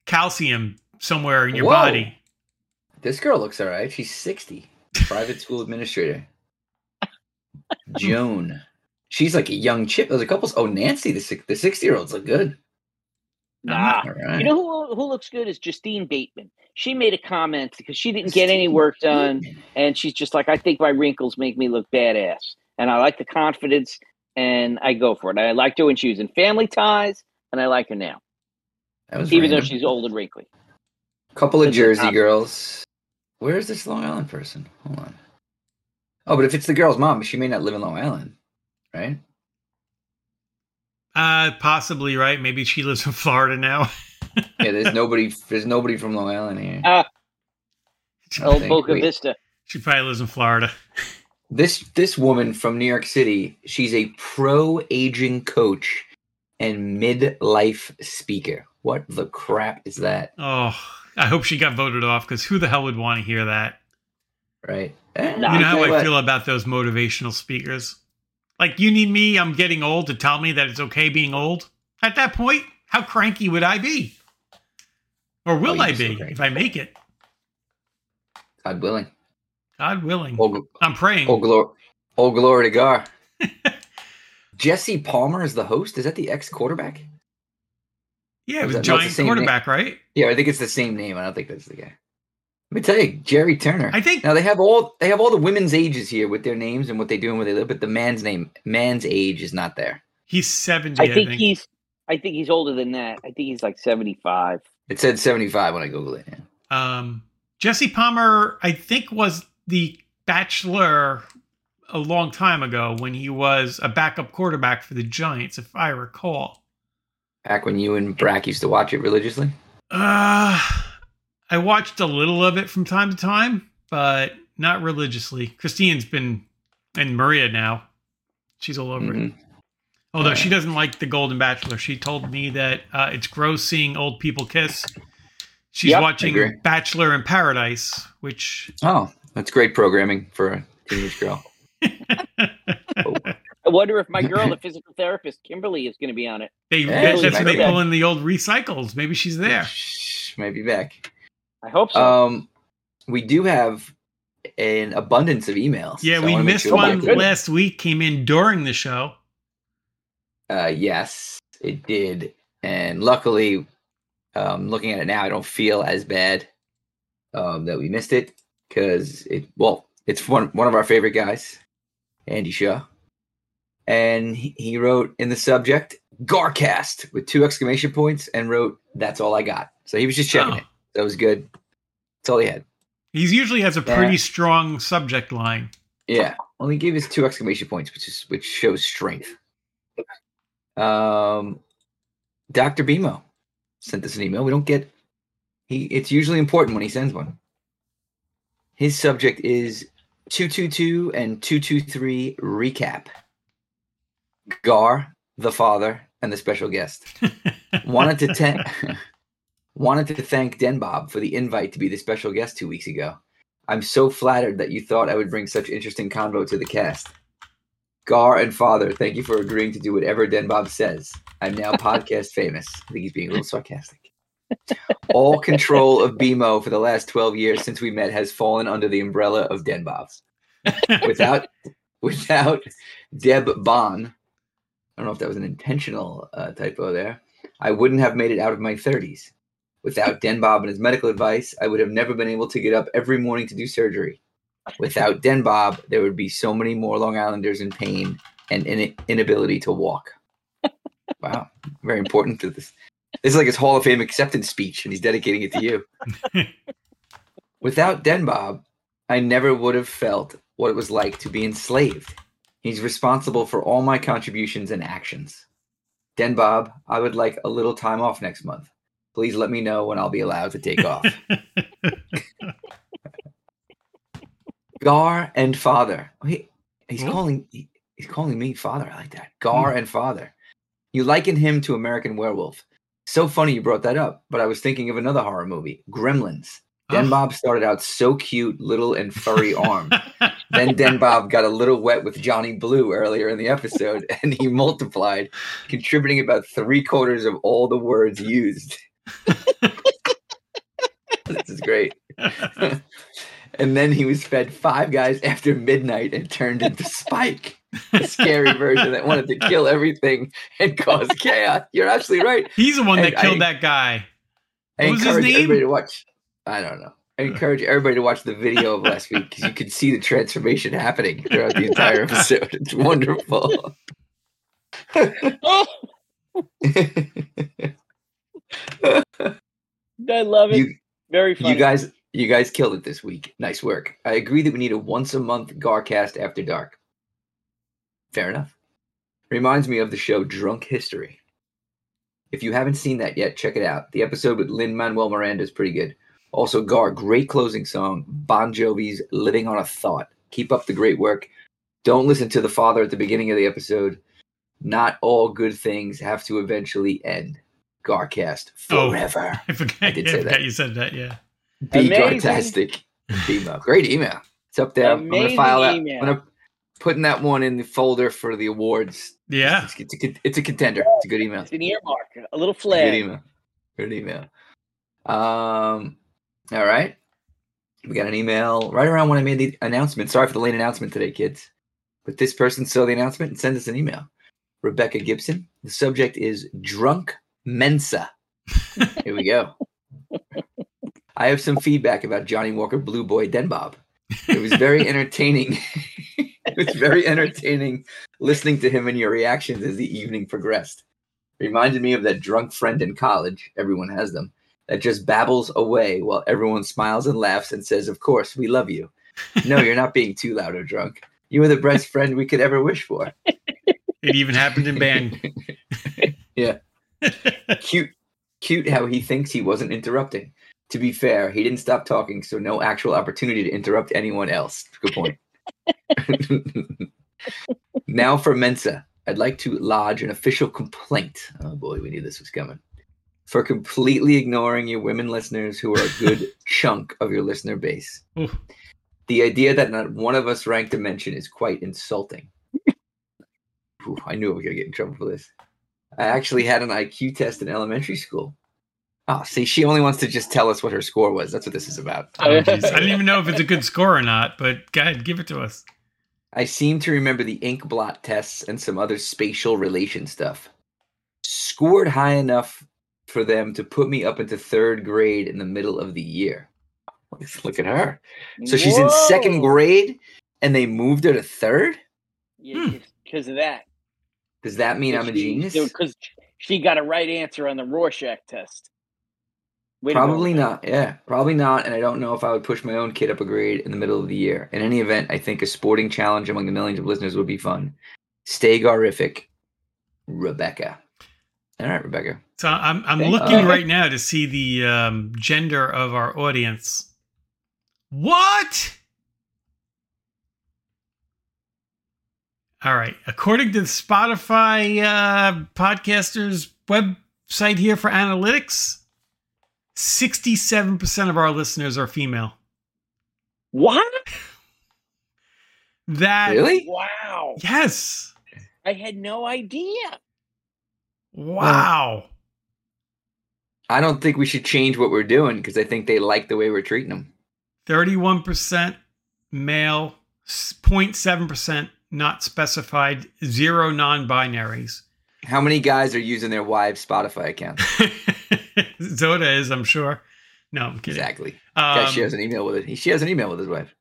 S2: calcium somewhere in your
S3: Whoa.
S2: body.
S3: This girl looks all right. She's 60. Private school
S4: (laughs)
S3: administrator. Joan. She's like a young chip. There's a couple. Oh, Nancy, the six, the 60 year olds look good.
S4: Nah.
S3: All right.
S4: You know who who looks good is Justine Bateman. She made a comment because she didn't get any work done, and she's just like, "I think my wrinkles make me look badass, and I like the confidence, and I go for it. I liked her when she was in Family Ties, and I like her now,
S3: that was
S4: even though
S3: random.
S4: she's old and wrinkly."
S3: Couple of
S4: This is
S3: Jersey
S4: not-
S3: girls. Where is this Long Island person? Hold on. Oh, but if it's the girl's mom, she may not live in Long Island, right?
S2: Uh, possibly right. Maybe she lives in Florida now. (laughs)
S3: Yeah,
S4: (laughs)
S3: there's nobody. There's nobody from Long Island here.
S4: Ah.
S3: I don't
S4: Old
S3: think.
S4: Boca
S3: Wait,
S4: Vista.
S2: she probably lives in Florida.
S3: this this woman from New York City. She's a pro aging coach and midlife speaker. What the crap is that?
S2: Oh, I hope she got voted off because who the hell would want to hear that?
S3: Right? Eh,
S4: Nah.
S2: you know how
S3: I'll tell
S2: I
S3: you what.
S2: feel about those motivational speakers. Like, you need me, I'm getting old to tell me that it's okay being old. At that point, how cranky would I be? Or
S3: Oh,
S2: will
S3: you'd
S2: I
S3: be so
S2: be
S3: cranky.
S2: if I make it?
S3: God willing.
S2: God willing.
S3: Oh, gl-
S2: I'm praying.
S3: oh glory, oh glory
S2: (laughs)
S3: to God. Jesse Palmer is the host. Is that the ex quarterback?
S2: yeah, it
S3: was
S2: was
S3: that- no, it's the
S2: giant
S3: same
S2: quarterback, right?
S3: Yeah, I think it's the same name. I don't think that's the guy. Let me tell you, Jerry Turner.
S2: I think
S3: Now they have all they have all the women's ages here with their names and what they do and where they live, but the man's name, man's age is not there.
S2: he's 70,
S4: I think he's. I think he's older than that. I think he's like seventy-five.
S3: It said seventy five when I googled it. yeah.
S2: Um, Jesse Palmer, I think, was the bachelor a long time ago when he was a backup quarterback for the Giants, if I recall.
S3: Back when you and Brack used to watch it religiously.
S2: Uh, I watched a little of it from time to time, but not religiously. Christine's been, and Maria now, she's all over it.
S3: Mhm.
S2: Although she doesn't like the Golden Bachelor, she told me that uh, it's gross seeing old people kiss. She's
S4: Yep, I
S2: watching
S3: agree.
S2: Bachelor in Paradise, which (laughs)
S3: Oh, that's great programming for a teenage girl.
S4: I
S3: (laughs)
S4: wonder if my girl, the physical therapist Kimberly, is going to be on it.
S2: they
S3: Hey,
S2: that's when they
S4: okay.
S2: pull in the old recycles. Maybe she's there.
S3: Shh, Might be back.
S4: I hope so.
S3: Um, we do have an abundance of emails.
S2: Yeah,
S3: so I
S2: we
S3: wanna make
S2: missed
S3: sure we
S2: one
S3: get to them.
S2: last week. Came in during the show.
S3: Uh, yes, it did. And luckily, um, looking at it now, I don't feel as bad um, that we missed it because it well, it's one one of our favorite guys, Andy Shaw, and he, he wrote in the subject "Garcast" with two exclamation points and wrote "That's all I got." So he was just checking
S2: Oh.
S3: it. That was good. That's all he had.
S2: He usually has a
S3: Yeah.
S2: pretty strong subject line. (laughs)
S3: Yeah. Only gave us two exclamation points, which is which shows strength. Um Dr. Bimo sent us an email. We don't get he it's usually important when he sends one. His subject is 222 and 223 recap. Gar, the father, and the special guest. wanted to ten- (laughs) wanted to thank Den Bob for the invite to be the special guest two weeks ago. I'm so flattered that you thought I would bring such interesting convo to the cast. Gar and Father, thank you for agreeing to do whatever Den Bob says. I'm now podcast famous. I think he's being a little sarcastic. All control of BMO for the last 12 years since we met has fallen under the umbrella of Den Bob's. Without without Deb Bon, I don't know if that was an intentional uh, typo there. I wouldn't have made it out of my 30s. Without Den Bob and his medical advice, I would have never been able to get up every morning to do surgery. Without Den Bob, there would be so many more Long Islanders in pain and in- inability to walk. Wow, very important to this. This is like his Hall of Fame acceptance speech, and he's dedicating it to you. Without Den Bob, I never would have felt what it was like to be enslaved. He's responsible for all my contributions and actions. Den Bob, I would like a little time off next month. Please let me know when I'll be allowed to take off. Gar and father. Oh, he- he's
S2: Hmm?
S3: calling he- he's calling me father. I like that. Gar and father. You liken him to American Werewolf. So funny you brought that up, but I was thinking of another horror movie, Gremlins. Den
S2: Oh.
S3: Bob started out so cute, little and furry arm. then Den Bob got a little wet with Johnny Blue earlier in the episode, (laughs) and he multiplied, contributing about three quarters of all the words used. (laughs) this is great. (laughs) and then he was fed five guys after midnight and turned into Spike, a scary version that wanted to kill everything and cause chaos. You're absolutely right.
S2: He's the one that
S3: I- I-
S2: killed that guy. (laughs)
S3: I
S2: What was his
S3: encourage
S2: name?
S3: everybody to watch. I don't know. I encourage everybody to watch the video of last week because you could see the transformation happening throughout
S2: (laughs)
S3: the entire episode. It's wonderful. Uh,
S4: (gasps) I love it.
S3: you
S4: Very funny.
S3: you guys you guys killed it this week. Nice work. I agree that we need a once a month Garcast after dark. Fair enough. Reminds me of the show Drunk History. If you haven't seen that yet, check it out. The episode with Lin Manuel Miranda is pretty good. Also, Gar, great closing song, Bon Jovi's Living on a Thought. Keep up the great work. Don't listen to the father at the beginning of the episode. Not all good things have to eventually end. Garcast
S2: Oh.
S3: forever.
S2: I forgot,
S3: I did
S2: I
S3: say
S2: forgot
S3: that.
S2: you said that. Yeah.
S3: Be
S4: Amazing.
S3: fantastic. Email. Great email. It's up there. I'm gonna
S4: Amazing
S3: file that.
S4: email.
S3: I'm gonna putting that one in the folder for the awards.
S2: Yeah.
S3: It's, it's a, con- it's a contender. It's a good email.
S4: It's an earmark, a little
S3: Good
S4: flag.
S3: email. Good email. Um. All right. We got an email right around when I made the announcement. Sorry for the late announcement today, kids. But this person saw the announcement and sent us an email. Rebecca Gibson. The subject is drunk Mensa. Here we go. I have some feedback about Johnny Walker Blue Boy Den Bob. It was very entertaining. (laughs) it was very entertaining listening to him and your reactions as the evening progressed. Reminded me of that drunk friend in college, everyone has them, that just babbles away while everyone smiles and laughs and says, Of course, we love you. No, you're not being too loud or drunk. You are the best friend we could ever wish for.
S2: It even happened in
S3: (laughs)
S2: band.
S3: Yeah. cute cute how he thinks he wasn't interrupting to be fair he didn't stop talking so no actual opportunity to interrupt anyone else good point (laughs) now for mensa i'd like to lodge an official complaint oh boy we knew this was coming for completely ignoring your women listeners who are a good chunk of your listener base
S2: Oof.
S3: the idea that not one of us ranked a mention is quite insulting Ooh, i knew i was going to get in trouble for this I actually had an IQ test in elementary school. Oh, see, she only wants to just tell us what her score was. That's what this is about.
S2: Oh, geez. I don't even know if it's a good score or not, but go ahead, give it to us.
S3: I seem to remember the ink blot tests and some other spatial relation stuff. scored high enough for them to put me up into third grade in the middle of the year. Look at her. So she's in second
S4: Whoa.
S3: grade and they moved her to third?
S4: Yeah, because of that.
S3: Does that mean Hmm. I'm a genius?
S4: Because she got a right answer on the Rorschach test. Wait a minute.
S3: Probably not. Yeah, probably not. And I don't know if I would push my own kid up a grade in the middle of the year. In any event, I think a sporting challenge among the millions of listeners would be fun. Stay garific, Rebecca. All right, Rebecca.
S2: So I'm I'm
S4: Thank
S2: looking
S3: you.
S2: right now to see the um, gender of our audience. What? All right. According to the Spotify uh, podcasters website here for analytics, 67% of our listeners are female.
S4: What?
S2: That
S3: Really?
S4: Wow.
S2: Yes.
S4: I had no idea.
S2: Wow.
S3: I don't think we should change what we're doing because I think they like the way we're treating them.
S2: 31% male, s- 0.7% not specified, zero non (laughs) binaries.
S3: How many guys are using their wives' Spotify accounts?
S2: Zoda is, I'm sure. No, I'm kidding.
S3: Exactly. Guy
S2: Um,
S3: shares an email with it. He shares an email with his
S2: (laughs)
S3: wife.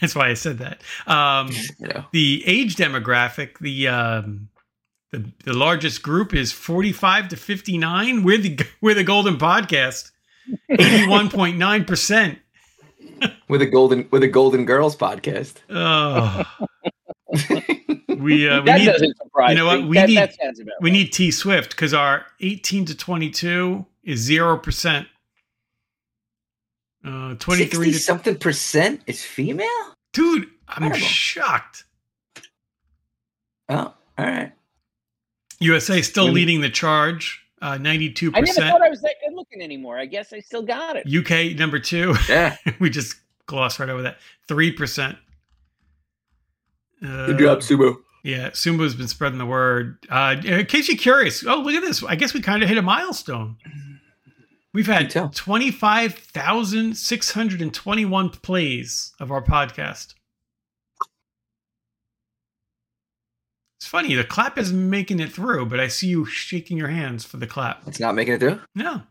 S2: that's why I said that.
S3: (laughs)
S2: Um,
S3: You know.
S2: the age demographic, the um, the the largest group is 45 to 59. We're the we're the golden
S3: (laughs)
S2: podcast. 81.9 percent.
S3: With a golden with a golden girls podcast.
S2: Oh,
S4: (laughs)
S2: we uh, we
S4: that
S2: need
S4: doesn't surprise
S2: you know what?
S4: me.
S2: We
S4: that,
S2: need-
S4: that sounds about
S2: we
S4: right.
S2: need T Swift because our 18 to 22 is zero percent. Uh, 23
S3: Sixty
S2: to
S3: something percent is female?
S2: dude, I'm
S3: Terrible.
S2: shocked.
S3: Oh, all right.
S2: USA still
S3: Really?
S2: leading the charge, uh,
S4: I never
S2: 92%.
S4: thought I was that good looking anymore. I guess I still got it.
S2: UK number two. (laughs)
S3: Yeah.
S2: we just glossed right over that. 3%. Uh,
S3: Good job, Subo.
S2: Yeah, Sumbo's been spreading the word. Uh, in case you're curious, oh, look at this. I guess we kind of hit a milestone. We've
S3: Can
S2: had
S3: tell.
S2: 25,621 plays of our podcast. It's funny, the clap is making it through, but I see you shaking your hands for the clap.
S3: It's not making it through?
S2: No.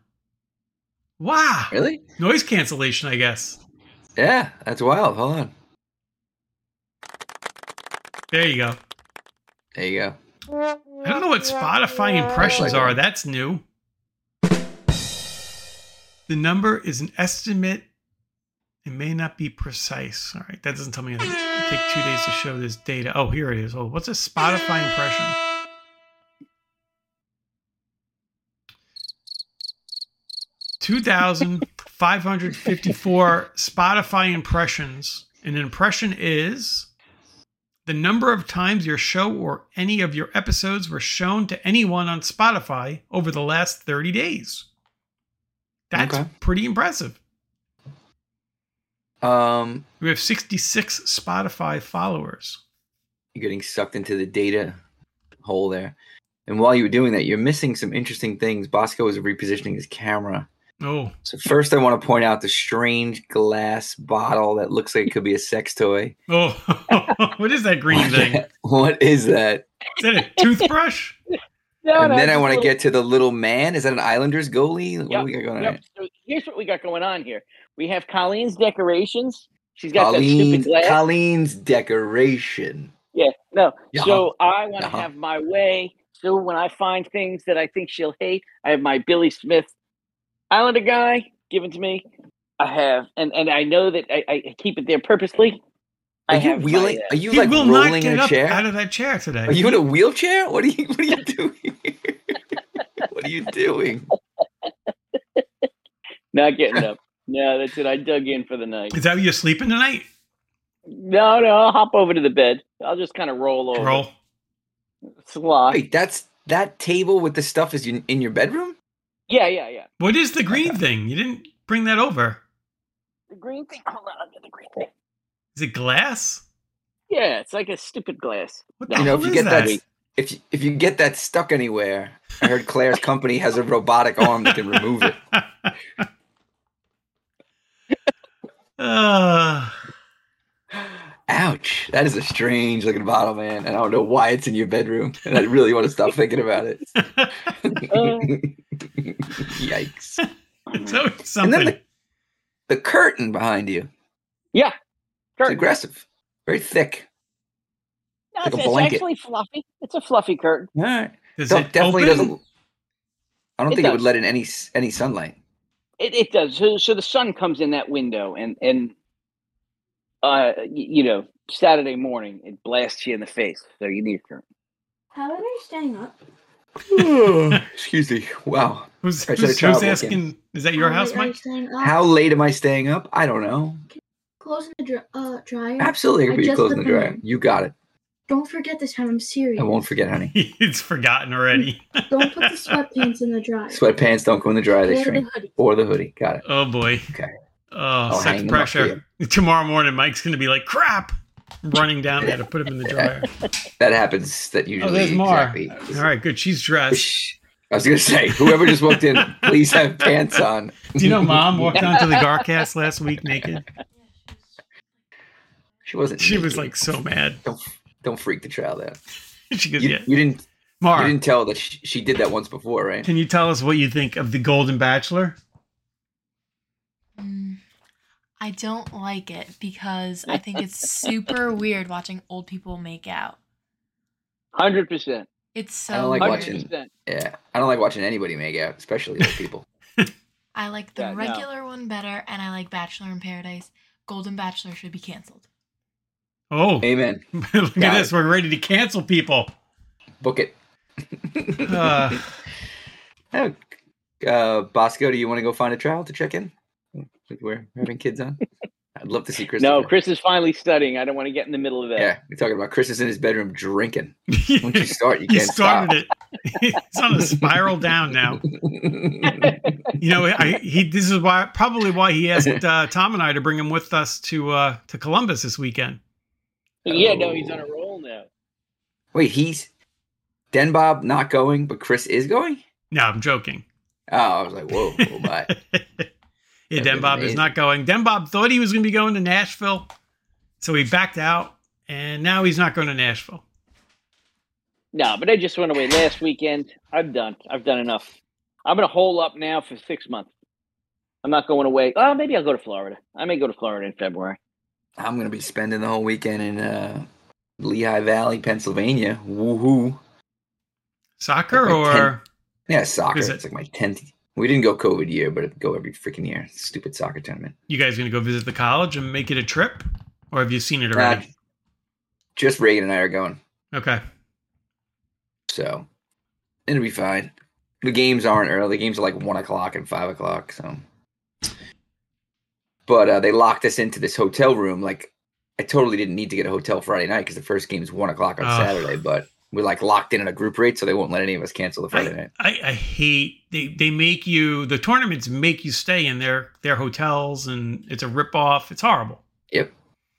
S2: Wow.
S3: Really?
S2: Noise cancellation, I guess.
S3: Yeah, that's wild. Hold on.
S2: There you go.
S3: There you go.
S2: I don't know what Spotify impressions are. That's new. The number is an estimate. It may not be precise. All right, that doesn't tell me anything. It take two days to show this data. Oh, here it is. Oh, what's a Spotify impression? Two thousand five hundred fifty-four Spotify impressions. An impression is the number of times your show or any of your episodes were shown to anyone on Spotify over the last 30 days. That's
S3: Okay.
S2: pretty impressive.
S3: Um,
S2: We have 66 Spotify followers.
S3: you're getting sucked into the data hole there. And while you were doing that, you're missing some interesting things. Bosco is repositioning his camera.
S2: Oh,
S3: So first, I want to point out the strange glass bottle that looks like it could be a sex toy.
S2: oh, (laughs) what is that green thing? Is
S3: what is that?
S2: that a toothbrush?
S4: No,
S3: and
S4: no,
S3: then I
S4: just
S3: want to
S4: little-
S3: get to the little man. Is that an Islanders goalie? What
S4: Yep,
S3: do we got going on?
S4: Yep. So here's what we got going on here. We have Colleen's decorations. She's got that
S3: Colleen's,
S4: stupid glass.
S3: Colleen's decoration.
S4: yeah, no.
S3: Yeah.
S4: So I want to
S3: Uh-huh.
S4: have my way. So when I find things that I think she'll hate, I have my Billy Smith Islander guy given to me. I have, and and I know that I, I keep it there purposely. I
S3: Are you
S4: have my,
S3: wheeling?
S4: uh,
S3: Are you
S2: he
S3: like
S2: will
S3: rolling
S2: not
S3: in
S2: get
S3: a
S2: up
S3: chair?
S2: out of that chair today.
S3: Are you in a wheelchair? What are you what are you doing? (laughs) what are you
S4: (laughs)
S3: doing?
S4: not
S3: (laughs)
S4: getting up. No, that's it. I dug in for the night.
S2: is that where you're sleeping tonight?
S4: No, no, I'll hop over to the bed. I'll just kind of
S3: Oh.
S4: roll over.
S2: Roll.
S4: Slot.
S3: Wait, that's that table with the stuff is in, in your bedroom?
S4: Yeah, yeah, yeah.
S2: What is the green thing? You didn't bring that over.
S4: The green thing. Hold on, I'll get the green thing.
S2: Is it glass?
S4: Yeah, it's like a stupid glass.
S2: What the
S4: No,
S3: You know,
S2: hell
S3: if you
S2: is
S3: get
S2: that?
S3: that, if you, if you get that stuck anywhere, I heard Claire's company has a robotic arm that can remove it.
S2: Uh,
S3: ouch. That is a strange looking bottle, man. And I don't know why it's in your bedroom. And I really want to stop thinking about it. (laughs) Yikes.
S2: It's
S4: Mm.
S2: always
S3: And
S2: something.
S3: then the, the curtain behind you.
S4: Yeah.
S3: It's
S4: Curtain.
S3: aggressive. Very thick.
S4: No,
S3: like a
S4: it's, it's
S3: blanket.
S4: actually fluffy. It's a fluffy curtain.
S3: All right.
S2: Does
S3: Don't-
S2: it
S3: definitely
S2: open?
S3: doesn't. I don't
S4: It
S3: think it would
S4: does.
S3: let in any s- any sunlight.
S4: It, it does. So, so the sun comes in that window, and and uh, y- you know, Saturday morning it blasts you in the face. So you need a curtain.
S5: How are they staying up?
S3: (sighs) Excuse me. Wow.
S2: Who's,
S3: I said a
S2: who's,
S3: child
S2: who's
S3: walking.
S2: asking? Is that your
S5: How
S2: house,
S5: late Are you
S2: Mike? (laughs)
S5: staying up?
S3: How late am I staying up? I don't know.
S5: Closing the dr- uh, dryer.
S3: Absolutely, I can
S5: I
S3: put your
S5: just
S3: clothes in the
S5: put them
S3: dryer.
S5: in.
S3: You got it.
S5: Don't forget this time. I'm serious.
S3: I won't forget, honey.
S2: it's forgotten already.
S5: Don't put the sweatpants in the dryer.
S3: Sweatpants don't go in the dryer; they
S5: Or the
S3: shrink.
S5: hoodie.
S3: Or the hoodie. Got it.
S2: Oh boy.
S3: Okay.
S2: Oh,
S3: I'll hang
S2: such
S3: them up
S2: pressure. Tomorrow morning, Mike's gonna be like, "Crap!" Running down there to put him in the
S3: (laughs)
S2: dryer.
S3: That happens. That usually.
S2: oh, there's more.
S3: Exactly.
S2: All right, good. She's
S3: (laughs)
S2: dressed.
S3: Shh. I was gonna say, whoever just
S2: (laughs)
S3: walked in, please have pants on.
S2: Do you know Mom walked
S3: (laughs)
S2: onto the Garcast last week naked?
S3: She wasn't.
S2: She was
S3: naked.
S2: like so mad. (laughs)
S3: don't don't freak the child out.
S2: She goes,
S3: You,
S2: "Yeah,
S3: you didn't. You
S2: Mar,
S3: didn't tell that she, she did that once before, right?
S2: can you tell us what you think of the Golden Bachelor?"
S6: Mm, I don't like it because I think it's
S3: (laughs)
S6: super weird watching old people make out.
S4: Hundred percent.
S6: It's so
S3: I don't like
S6: weird.
S4: Hundred
S3: watching-
S4: percent.
S3: Yeah, I don't like watching anybody make out, especially old
S2: (laughs)
S3: people.
S6: I like the
S4: Yeah, no.
S6: regular one better, and I like Bachelor in Paradise. Golden Bachelor should be canceled.
S2: Oh, (laughs)
S3: Amen.
S2: look at
S3: Got
S2: this. We're ready to cancel
S3: (laughs)
S2: people.
S3: Book it.
S2: Uh, (laughs)
S3: Oh, uh, Bosco, do you want to go find a trial to check in? Like We're having kids on. I'd love to see Chris.
S4: No, Chris is finally studying. I don't want to get in the middle of that.
S3: Yeah, we're talking about Chris is in his bedroom drinking. Once you
S2: (laughs)
S3: start, you
S2: you
S3: can't stop.
S2: started it. (laughs) it's on a spiral down now. You know, I, he. This is why probably why he
S3: (laughs)
S2: asked uh, Tom and I to bring him with us to uh, to Columbus this weekend.
S4: Yeah, no, he's on a roll now.
S3: (laughs) Wait, he's Den Bob not going, but Chris is going.
S2: No, I'm joking.
S3: Oh, I was like, whoa, oh my.
S2: (laughs) yeah,
S3: That'd
S2: Den
S3: be
S2: Bob is
S3: amazing.
S2: not going. Den Bob thought he was going to be going to Nashville, so he backed out, and now he's not going to Nashville.
S4: No, but I just went away last weekend. I'm done. I've done enough. I'm gonna hole up now for six months. I'm not going away. Oh, maybe I'll go to Florida. I may go to Florida in February.
S3: I'm gonna be spending the whole weekend in uh, Lehigh Valley, Pennsylvania. Woohoo!
S2: Soccer
S3: Okay,
S2: or
S3: Yeah, soccer.
S2: Is it-
S3: It's like my tenth. We didn't go COVID year, but I go every freaking year. Stupid soccer tournament.
S2: you guys going to go visit the college and make it a trip, or have you seen it
S3: Nah,
S2: already?
S3: Uh, just Reagan and I are going,
S2: okay.
S3: so it'll be fine. The games aren't early. The games are like one o'clock and five o'clock. So, but uh, they locked us into this hotel room. Like, I totally didn't need to get a hotel Friday night because the first game is one o'clock on
S2: Ah.
S3: Saturday. But we're like locked in at a group rate, so they won't let any of us cancel the Friday night.
S2: I, I hate they, they make you the tournaments make you stay in their their hotels and it's a rip off. It's horrible.
S3: Yep.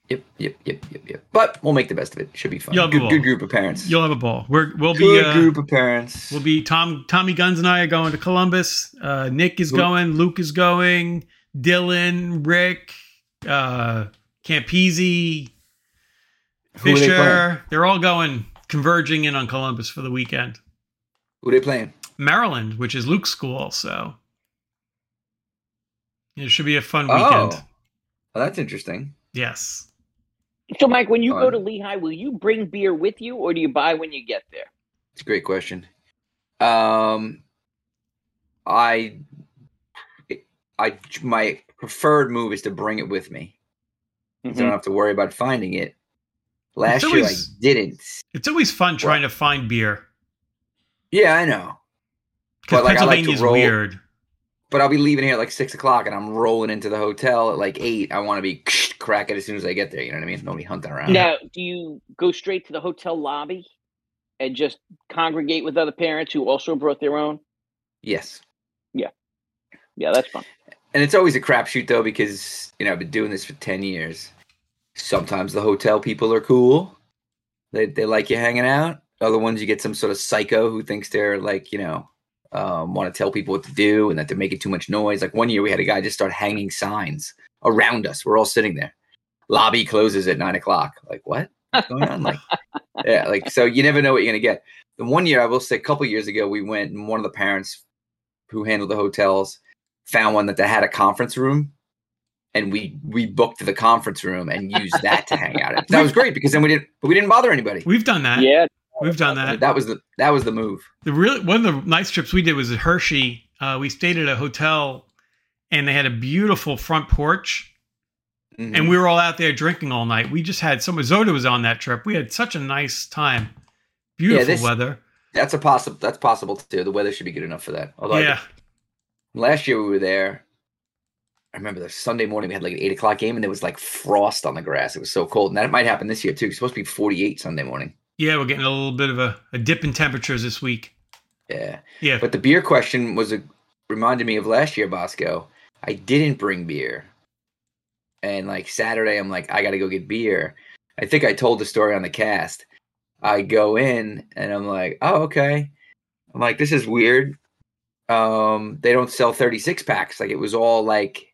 S3: Yep, yep, yep, yep, yep. But we'll make the best of it. Should be fun.
S2: Yeah, we
S3: Good,
S2: will.
S3: good group of parents.
S2: You'll have a ball. We're, we'll be
S3: good
S2: uh,
S3: group of parents.
S2: we'll be Tom Tommy Guns and I are going to Columbus. Uh, Nick is
S3: Who-
S2: going. Luke is going. Dylan, Rick, uh, Campese,
S3: Who are they playing?
S2: Fisher. They're all going converging in on Columbus for the weekend.
S3: Who they playing?
S2: Maryland, which is Luke's school, so it should be a fun
S3: Oh.
S2: weekend.
S3: Well, that's interesting.
S2: Yes.
S4: So, Mike, when you go
S3: Fun.
S4: to Lehigh, will you bring beer with you, or do you buy when you get there?
S3: It's a great question. Um, I, I, my preferred move is to bring it with me. I
S4: Mm-hmm.
S3: don't have to worry about finding it. Last year I
S2: always-
S3: didn't.
S2: It's always fun trying to find beer
S3: Yeah, I know.
S2: because
S3: But, like, I like to
S2: Pennsylvania's
S3: roll-
S2: weird.
S3: But I'll be leaving here at like six o'clock, and I'm rolling into the hotel at like eight. I want to be (sniffs) crack it as soon as I get there. You know what I mean? Nobody hunting around.
S4: Now, do you go straight to the hotel lobby and just congregate with other parents who also brought their own?
S3: Yes.
S4: Yeah, that's fun.
S3: and it's always a crapshoot though because you know I've been doing this for ten years. Sometimes the hotel people are cool; they they like you hanging out. Other ones, you get some sort of psycho who thinks they're like you know um, want to tell people what to do and that they're making too much noise. Like one year, we had a guy just start hanging signs around us. We're all sitting there. lobby closes at nine o'clock. Like, what? What's going on? Like, yeah, like so you never know what you're gonna get. The one year I will say, a couple years ago, we went and one of the parents who handled the hotels found one that they had a conference room, and we we booked the conference room and used that to hang out. in. That was great because then we didn't we didn't bother anybody.
S2: We've done that.
S4: Yeah.
S2: We've done that.
S3: That was the that was the move.
S2: the really one of the nice trips we did was Hershey. Uh, we stayed at a hotel, and they had a beautiful front porch,
S3: Mhm.
S2: and we were all out there drinking all night. We just had so much. Zoda was on that trip. We had such a nice time. Beautiful
S3: this-
S2: weather.
S3: That's a possible. That's possible too. The weather should be good enough for that. Although I-
S2: yeah,
S3: last year we were there. I remember the Sunday morning we had like an eight o'clock game, and there was like frost on the grass. It was so cold, and that might happen this year too. It's supposed to be forty-eight Sunday morning.
S2: yeah. We're getting a little bit of a, a dip in temperatures this week.
S3: Yeah,
S2: Yeah,
S3: but the beer question was a reminded me of last year, Bosco. I didn't bring beer, and like Saturday, I'm like, I got to go get beer. I think I told the story on the cast. I go in and I'm like, oh okay. I'm like, this is weird. Um, they don't sell 36 packs. Like it was all like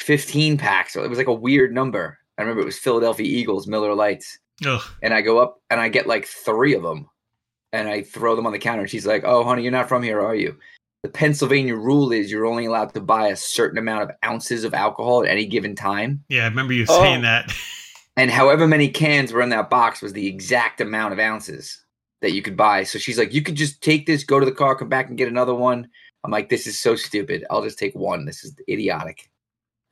S3: 15 packs. So It was like a weird number. I remember it was Philadelphia Eagles, Miller Lights
S2: Ugh.
S3: and I go up and I get like three of them, and I throw them on the counter. And she's like, "Oh, honey, you're not from here, are you?" The Pennsylvania rule is you're only allowed to buy a certain amount of ounces of alcohol at any given time,
S2: yeah. I remember you
S4: Oh.
S2: saying that. (laughs)
S3: and however many cans were in that box was the exact amount of ounces that you could buy. So she's like, "You could just take this, go to the car, come back and get another one." I'm like, "This is so stupid. I'll just take one. This is idiotic."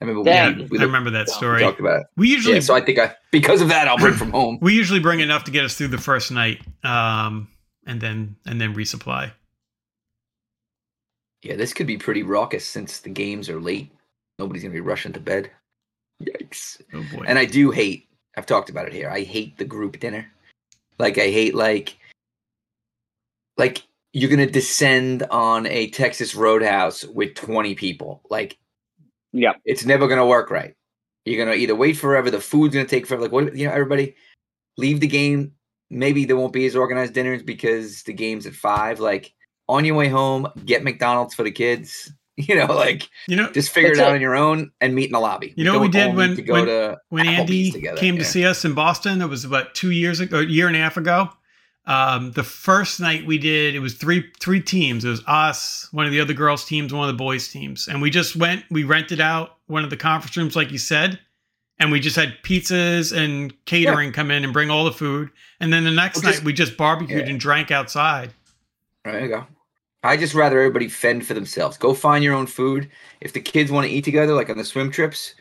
S3: I remember we-
S2: yeah,
S4: Dang.
S3: we,
S2: I
S3: looked-
S2: remember that
S4: we
S3: we
S2: story.
S3: talked about it.
S2: We usually
S3: Yeah, so I think I because of that I'll bring from home.
S2: we usually bring enough to get us through the first night, um, and then and then resupply.
S3: Yeah, this could be pretty raucous since the games are late. Nobody's gonna be rushing to bed. Yikes!
S2: Oh boy.
S3: And I do hate. I've talked about it here. I hate the group dinner. Like I hate like like you're gonna descend on a Texas Roadhouse with 20 people. Like
S4: Yeah.
S3: it's never gonna work right. You're gonna either wait forever. The food's gonna take forever. Like what? You know, everybody leave the game. Maybe there won't be as organized dinners because the game's at five. Like on your way home, get McDonald's for the kids. (laughs) You know, like
S2: you know,
S3: just figure it
S4: That's
S3: out
S4: it.
S3: on your own and meet in the lobby.
S2: You know what we did
S3: don't all need
S2: when-
S3: to go
S2: when-
S3: to
S2: when
S3: Applebee's
S2: Andy
S3: together,
S2: came to
S3: yeah.
S2: see us in Boston, it was about two years ago, a year and a half ago. Um, the first night we did, it was three three teams. It was us, one of the other girls' teams, one of the boys' teams, and we just went. We rented out one of the conference rooms, like you said, and we just had pizzas and catering come in and bring all the food. And then the next
S3: Well,
S2: night
S3: just-
S2: we just barbecued
S3: yeah.
S2: and drank outside.
S3: There you go. I just rather everybody fend for themselves. Go find your own food. If the kids want to eat together, like on the swim trips,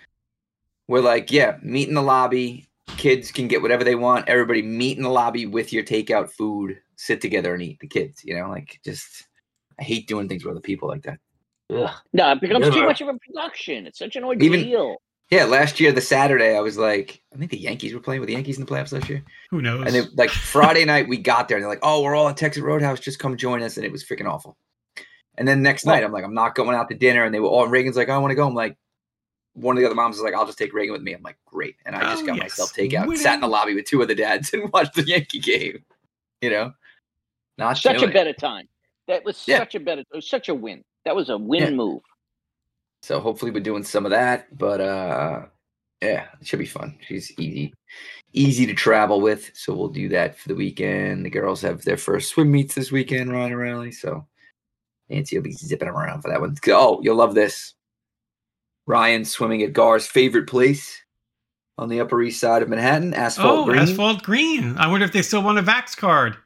S3: we're like, yeah, meet in the lobby. Kids can get whatever they want. Everybody meet in the lobby with your takeout food. Sit together and eat. The kids, you know, like just. I hate doing things with other people like that.
S4: No, it becomes
S3: Yeah.
S4: too much of a production. It's such an ordeal.
S3: Even- Yeah, last year the Saturday I was like, I think the Yankees were playing with the Yankees in the playoffs last year.
S2: Who knows?
S3: And then like Friday night we got there and they're like, Oh, we're all at Texas Roadhouse, just come join us. And it was freaking awful. And then next night I'm like, I'm not going out to dinner. And they were all Reagan's like, I want to go. I'm like, one of the other moms is like, I'll just take Reagan with me. I'm like, great. And I just
S2: Oh,
S3: got
S2: yes.
S3: myself takeout, sat in the lobby with two other dads (laughs) and watched the Yankee game. You know? Not
S4: Such
S3: doing
S4: a
S3: it.
S4: better time. That was
S3: Yeah.
S4: such a better. It was such a win. That was a win
S3: Yeah.
S4: move.
S3: So hopefully we're doing some of that. But uh yeah, it should be fun. She's easy, easy to travel with. So we'll do that for the weekend. The girls have their first swim meets this weekend, Ron and Riley. So Nancy will be zipping around for that one. Oh, you'll love this. Ryan swimming at Gar's favorite place on the Upper East Side of Manhattan, Asphalt
S2: oh,
S3: Green.
S2: asphalt green. I wonder if they still want a Vax card.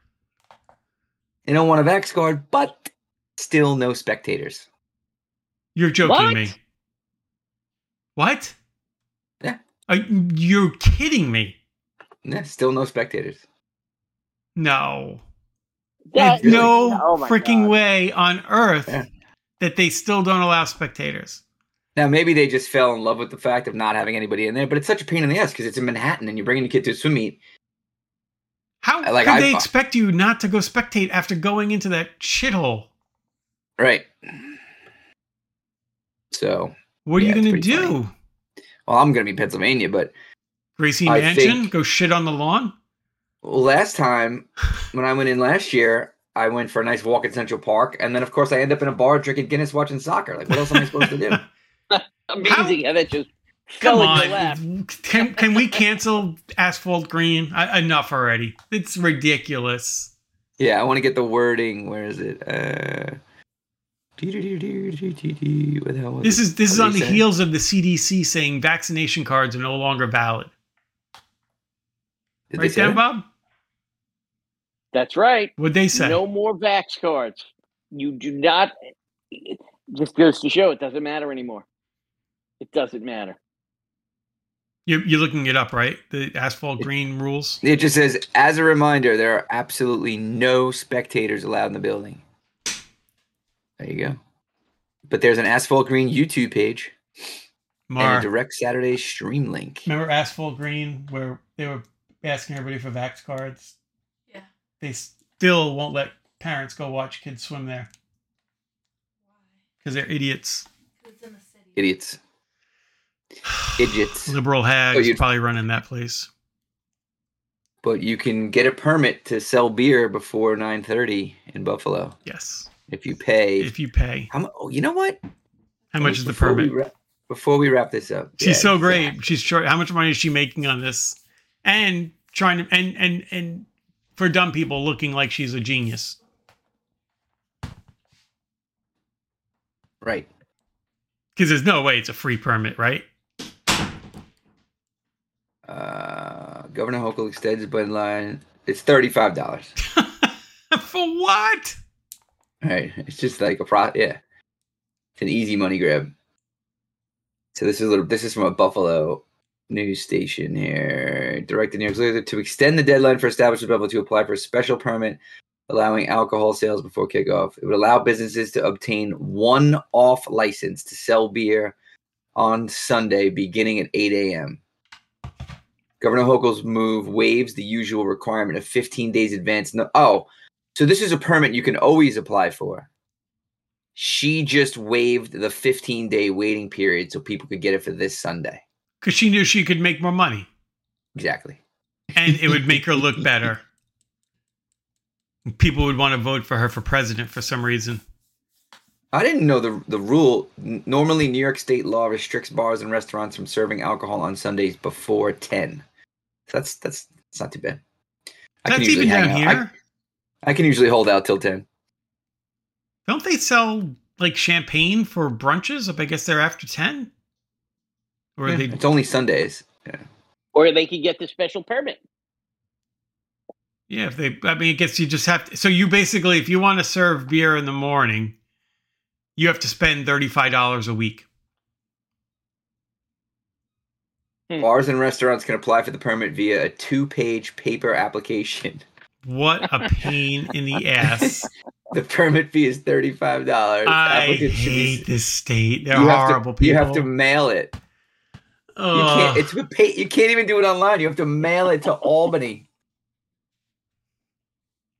S3: They don't want a Vax guard, but still no spectators.
S2: You're joking
S4: What?
S2: me. What?
S3: Yeah.
S2: Are, you're kidding me.
S3: Yeah, still no spectators.
S2: No.
S4: That
S2: There's no
S4: oh my
S2: freaking
S4: God.
S2: way on earth
S3: Yeah.
S2: that they still don't allow spectators.
S3: Now maybe they just fell in love with the fact of not having anybody in there, but it's such a pain in the ass because it's in Manhattan and you're bringing a kid to a swim meet.
S2: How
S3: I- like,
S2: could
S3: I-
S2: they expect you not to go spectate after going into that shithole?
S3: Right. So,
S2: What are you
S3: Yeah, it's
S2: going to
S3: pretty
S2: do?
S3: funny. well, I'm gonna be in Pennsylvania, but
S2: Gracie
S3: I
S2: Mansion?
S3: think-
S2: Go shit on the lawn?
S3: last time when I went in last year, I went for a nice walk in Central Park, and then of
S2: (laughs)
S3: course I end up in a bar drinking Guinness, watching soccer. Like, what else am I supposed to do?
S4: Amazing how that just Go
S2: Come
S4: with your left.
S2: on. Can, can we cancel Asphalt Green? I, enough already. It's ridiculous.
S3: Yeah, I want to get the wording. Where is it? Uh, dee-dee-dee-dee-dee-dee-dee. What the hell was
S2: This
S3: it?
S2: is this is
S3: What
S2: on
S3: did
S2: the
S3: he say?
S2: heels of the CDC saying vaccination cards are no longer valid.
S3: Did they
S2: Right,
S3: say
S2: Dan
S3: that?
S2: Bob?
S4: That's right.
S2: What'd they say?
S4: No more vax cards. You do not. It just goes to show it doesn't matter anymore. It doesn't matter.
S2: You're, you're looking it up, right? The Asphalt Green rules.
S3: It just says, as a reminder, there are absolutely no spectators allowed in the building. There you go. But there's an Asphalt Green YouTube page and
S2: Mar,
S3: a direct Saturday stream link.
S2: remember Asphalt Green where they were asking everybody for vax cards?
S6: Yeah.
S2: They still won't let parents go watch kids swim there because they're idiots.
S6: It's in the city.
S3: Idiots.
S2: (sighs)
S3: Idiots.
S2: Liberal hags
S3: Oh, you-
S2: probably running that place.
S3: But you can get a permit to sell beer before 9:30 in Buffalo
S2: Yes,
S3: if you pay.
S2: if you pay.
S3: How mu- oh, you know what?
S2: How much is the
S3: Before we
S2: permit?
S3: wrap- before we wrap this up,
S2: She's
S3: yeah,
S2: so great.
S3: yeah.
S2: She's short. How much money is she making on this? And trying to and and and for dumb people looking like she's a genius.
S3: Right.
S2: Because there's no way it's a free permit, right? (laughs)
S3: Uh, Governor Hochul extends Bud line. It's thirty-five dollars.
S2: for what?
S3: Right. It's just like a pro. Yeah. It's an easy money grab. So this is a little, this is from a Buffalo news station here. Directed news later to extend the deadline for establishments able to apply for a special permit allowing alcohol sales before kickoff. It would allow businesses to obtain one off license to sell beer on Sunday beginning at 8 a.m. Governor Hochul's move waives the usual requirement of 15 days advance. No- oh, so this is a permit you can always apply for. She just waived the 15 day waiting period so people could get it for this Sunday.
S2: Because she knew she could make more money,
S3: Exactly.
S2: and it would make her look better. People would want to vote for her for president for some reason.
S3: I didn't know the the rule. N- Normally, New York state law restricts bars and restaurants from serving alcohol on Sundays before 10. So that's that's it's not too bad. I
S2: That's
S3: usually
S2: even down
S3: hang
S2: here.
S3: out- I- I can usually hold out till 10.
S2: Don't they sell like champagne for brunches? If I guess they're after ten, or
S3: Yeah,
S2: they
S3: It's only Sundays.
S4: Or they could get the special permit.
S2: Yeah, if they, I mean, I guess you just have to. So you basically, if you want to serve beer in the morning, you have to spend thirty-five dollars a week.
S3: Bars and restaurants can apply for the permit via a two page paper application.
S2: What a pain in the
S3: (laughs)
S2: ass!
S3: The permit fee is $35.
S2: I
S3: Applicants should be-
S2: hate this state. They're
S3: you have
S2: horrible
S3: to,
S2: people.
S3: You have to mail it. You
S2: Ugh.
S3: can't. It's a pa- you can't even do it online. You have to mail it to Albany.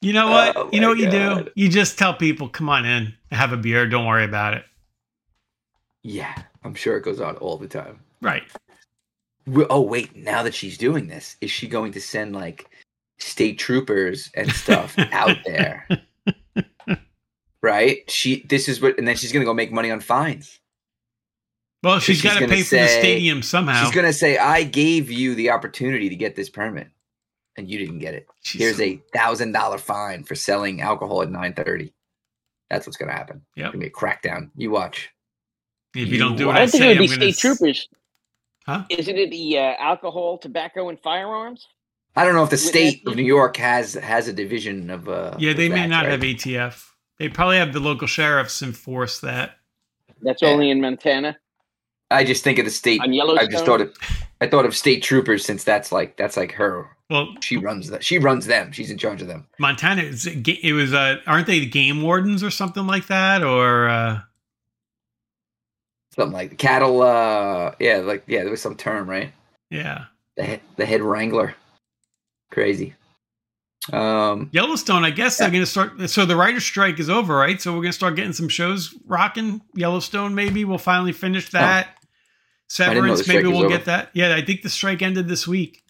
S2: You know what?
S3: Oh
S2: you know
S3: my
S2: what you do?
S3: God.
S2: You just tell people, "Come on in, have a beer. Don't worry about it."
S3: Yeah, I'm sure it goes on all the time.
S2: Right?
S3: We- oh wait, now that she's doing this, is she going to send like state troopers and stuff out there?
S2: (laughs)
S3: Right? She. This is what, and then she's gonna go make money on fines.
S2: Well,
S3: So
S2: she's
S3: she's
S2: got to
S3: gonna
S2: pay for the
S3: say-
S2: stadium somehow.
S3: She's gonna say, "I gave you the opportunity to get this permit, and you didn't get it.
S2: She's-
S3: Here's a thousand dollar fine for selling alcohol at 9:30." That's what's gonna happen.
S2: Yep.
S3: It's gonna be a crackdown. You watch.
S2: If you don't do
S3: you-
S2: what
S4: I
S2: I,
S4: don't think
S2: say,
S4: it would
S2: I'm
S4: be
S2: gonna.
S4: state troopers.
S2: Huh?
S4: Isn't it the uh, alcohol, tobacco, and firearms?
S3: I don't know if the
S4: Would that
S3: state
S4: be-
S3: of New York has has a division of. Uh,
S2: Yeah, they
S3: of
S2: may
S3: that,
S2: not
S3: right?
S2: have ATF. They probably have the local sheriffs enforce that.
S4: That's
S3: Yeah.
S4: only in Montana.
S2: e-
S3: I just think of the state.
S4: On
S3: I
S4: Yellowstone.
S3: just thought of. I thought of state troopers since that's like that's like her.
S2: Well,
S3: She runs that. She runs them. She's in charge of them.
S2: Montana, is it ga- it was. Uh, aren't they the game wardens or something like that? Or uh,
S3: Something like cattle. Uh, yeah, like yeah, there was some term right.
S2: yeah,
S3: The head, the head wrangler. Crazy. Um.
S2: Yellowstone. I guess they're going to start. So the writer's strike is over, right? So we're going to start getting some shows rocking. Yellowstone, maybe we'll finally finish that.
S3: didn't know the
S2: Severance,
S3: strike
S2: maybe
S3: was
S2: we'll
S3: over.
S2: get that. Yeah, I think the strike ended this week.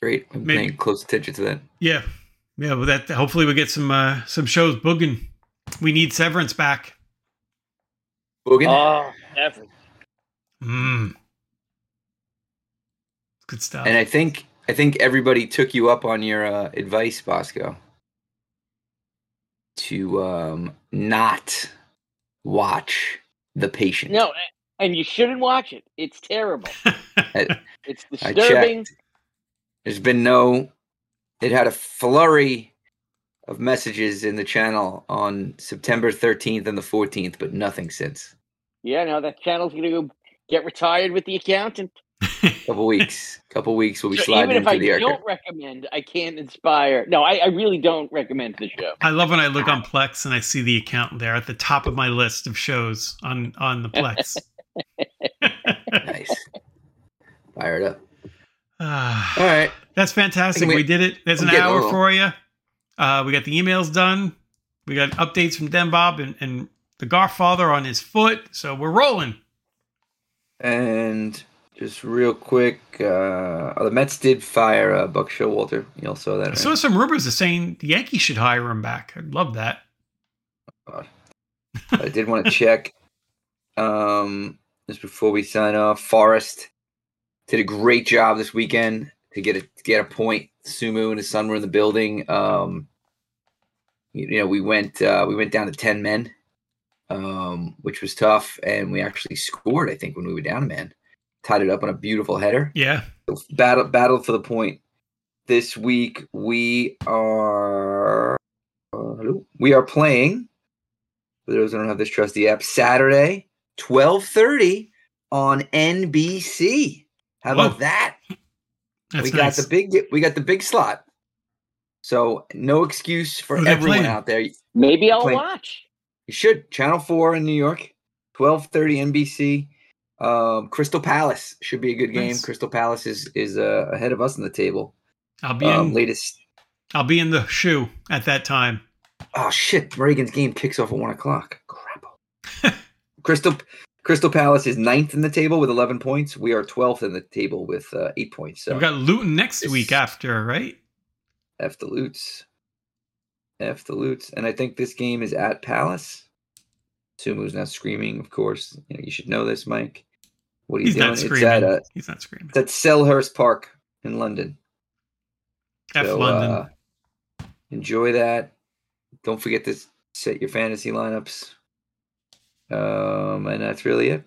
S3: Great. I'm
S2: Maybe-
S3: paying close attention to that.
S2: Yeah, yeah. Well, that hopefully we get some uh, some shows booging. We need Severance back.
S3: Bogan.
S4: Oh,
S2: Mm. Good stuff.
S3: And I think I think everybody took you up on your uh, advice, Bosco, to um, not watch the patient.
S4: No, a- and you shouldn't watch it. It's terrible.
S2: (laughs)
S4: It's
S3: I
S4: disturbing.
S3: There's been no. It had a flurry of messages in the channel on September 13th and the 14th, but nothing since.
S4: Yeah, no, that channel's gonna go get retired with the accountant.
S3: Couple
S4: (laughs)
S3: weeks. Couple weeks. We'll be
S4: So
S3: sliding
S4: even if
S3: into
S4: I
S3: the archive.
S4: don't recommend, I can't inspire. No, I, I really don't recommend the show.
S2: I love when I look on Plex and I see the account there at the top of my list of shows on on the
S3: (laughs)
S2: Plex.
S4: (laughs)
S3: Nice. Fire it up.
S2: Ah.
S3: All right.
S2: That's fantastic.
S3: I
S2: We,
S3: mean,
S2: did it. There's
S3: I'm
S2: an
S3: getting
S2: hour
S3: old.
S2: for you. Uh, we got the emails done. We got updates from Den Bob and, and the Garfather on his foot. So we're rolling.
S3: And just real quick, uh, oh, the Mets did fire uh, Buck Showalter. You all saw that.
S2: I (laughs)
S3: Right?
S2: saw some rumors of saying the Yankees should hire him back. I'd love that.
S3: I did want to check um, just before we sign off. Forrest did a great job this weekend to get a to get a point. Sumu and his son were in the building. Um, you, you know, we went uh, we went down to ten men, um, which was tough, and we actually scored. I think when we were down a man, tied it up on a beautiful header
S2: Yeah.
S3: battle battle for the point this week we are uh, hello? we are playing for those who don't have this trusty app saturday 12.30 on nbc how about
S2: Whoa.
S3: that
S2: That's
S3: we
S2: nice.
S3: got the big we got the big slot so no excuse for
S2: Who they
S3: everyone
S2: playing?
S3: out there you
S4: Maybe I'll
S3: Plain-
S4: watch.
S3: should channel 4 in new york 12.30 nbc um, crystal palace should be a good game
S2: Nice.
S3: crystal palace is is uh, ahead of us on the table
S2: I'll be
S3: um,
S2: in
S3: latest.
S2: I'll be in the shoe at that time.
S3: Oh shit! Reagan's game kicks off at one o'clock. Crap.
S2: (laughs)
S3: Crystal Crystal Palace is ninth in the table with eleven points. We are twelfth in the table with uh, eight points. So
S2: We've got Luton next
S3: This-
S2: week after, right?
S3: f the loots, f the loots, and I think this game is at Palace. Sumu's not screaming, of course. You know you should know this, Mike. What are you
S2: He's
S3: doing?
S2: not
S3: It's at
S2: screaming.
S3: uh,
S2: He's not screaming.
S3: it's at Selhurst Park in London.
S2: F
S3: So,
S2: London.
S3: uh, enjoy that. Don't forget to s- set your fantasy lineups. Um, and that's really it.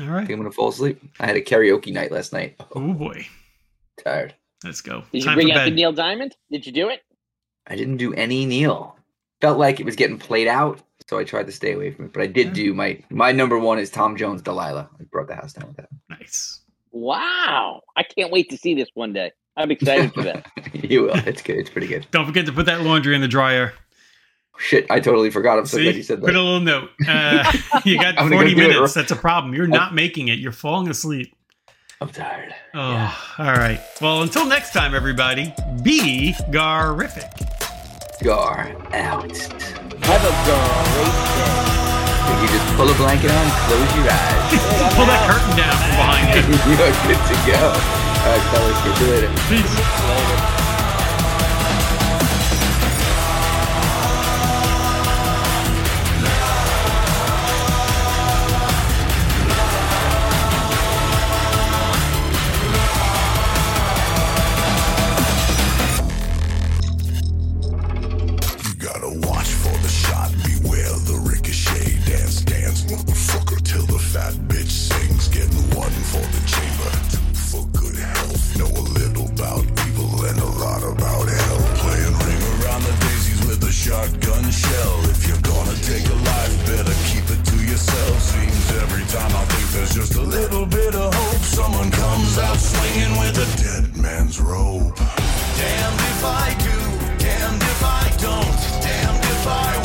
S2: All
S3: I think
S2: right.
S3: I'm gonna fall asleep. I had a karaoke night last night. Oh,
S2: Oh boy.
S3: tired.
S2: Let's go.
S4: Did you
S2: Time for
S4: bring out the
S2: bed.
S4: Neil Diamond? Did you do it?
S3: I didn't do any Neil. Felt like it was getting played out, so I tried to stay away from it. But I did
S2: Yeah.
S3: do my my number one is Tom Jones Delilah. I brought the house down with
S2: Nice.
S4: Wow! I can't wait to see this one day. I'm excited for that.
S3: that. (laughs) you will. It's good. It's pretty good.
S2: Don't forget to put that laundry in the dryer.
S3: Shit, I totally forgot. I'm so
S2: See,
S3: glad you said
S2: put a
S3: that.
S2: little
S3: (laughs)
S2: note. Uh, (laughs) you got
S3: I'm gonna go
S2: 40
S3: do it,
S2: minutes.
S3: right? Oh.
S2: That's a problem. You're not making it. You're falling asleep.
S3: I'm tired.
S2: Oh, all right. Well, until next time, everybody, be garific.
S3: Gar out.
S4: Have a great day.
S3: You just pull a blanket on, close your eyes.
S2: Pull that curtain down from
S3: (laughs)
S2: behind you.
S3: you are good to go. All right, fellas, catch you later.
S2: Peace.
S7: You gotta watch for the shot, beware the ricochet. Dance, dance, motherfucker, till the fat bitch sings. Get one for the chamber, two for good health. Know a little about evil and a lot about hell. Playing ring around the daisies with a shotgun shell. If you're gonna take a life, better keep it to yourself. Seems every time I think there's just a little bit of hope, someone comes out swinging with a dead man's rope. Damned if I do, damned if I don't, damned if I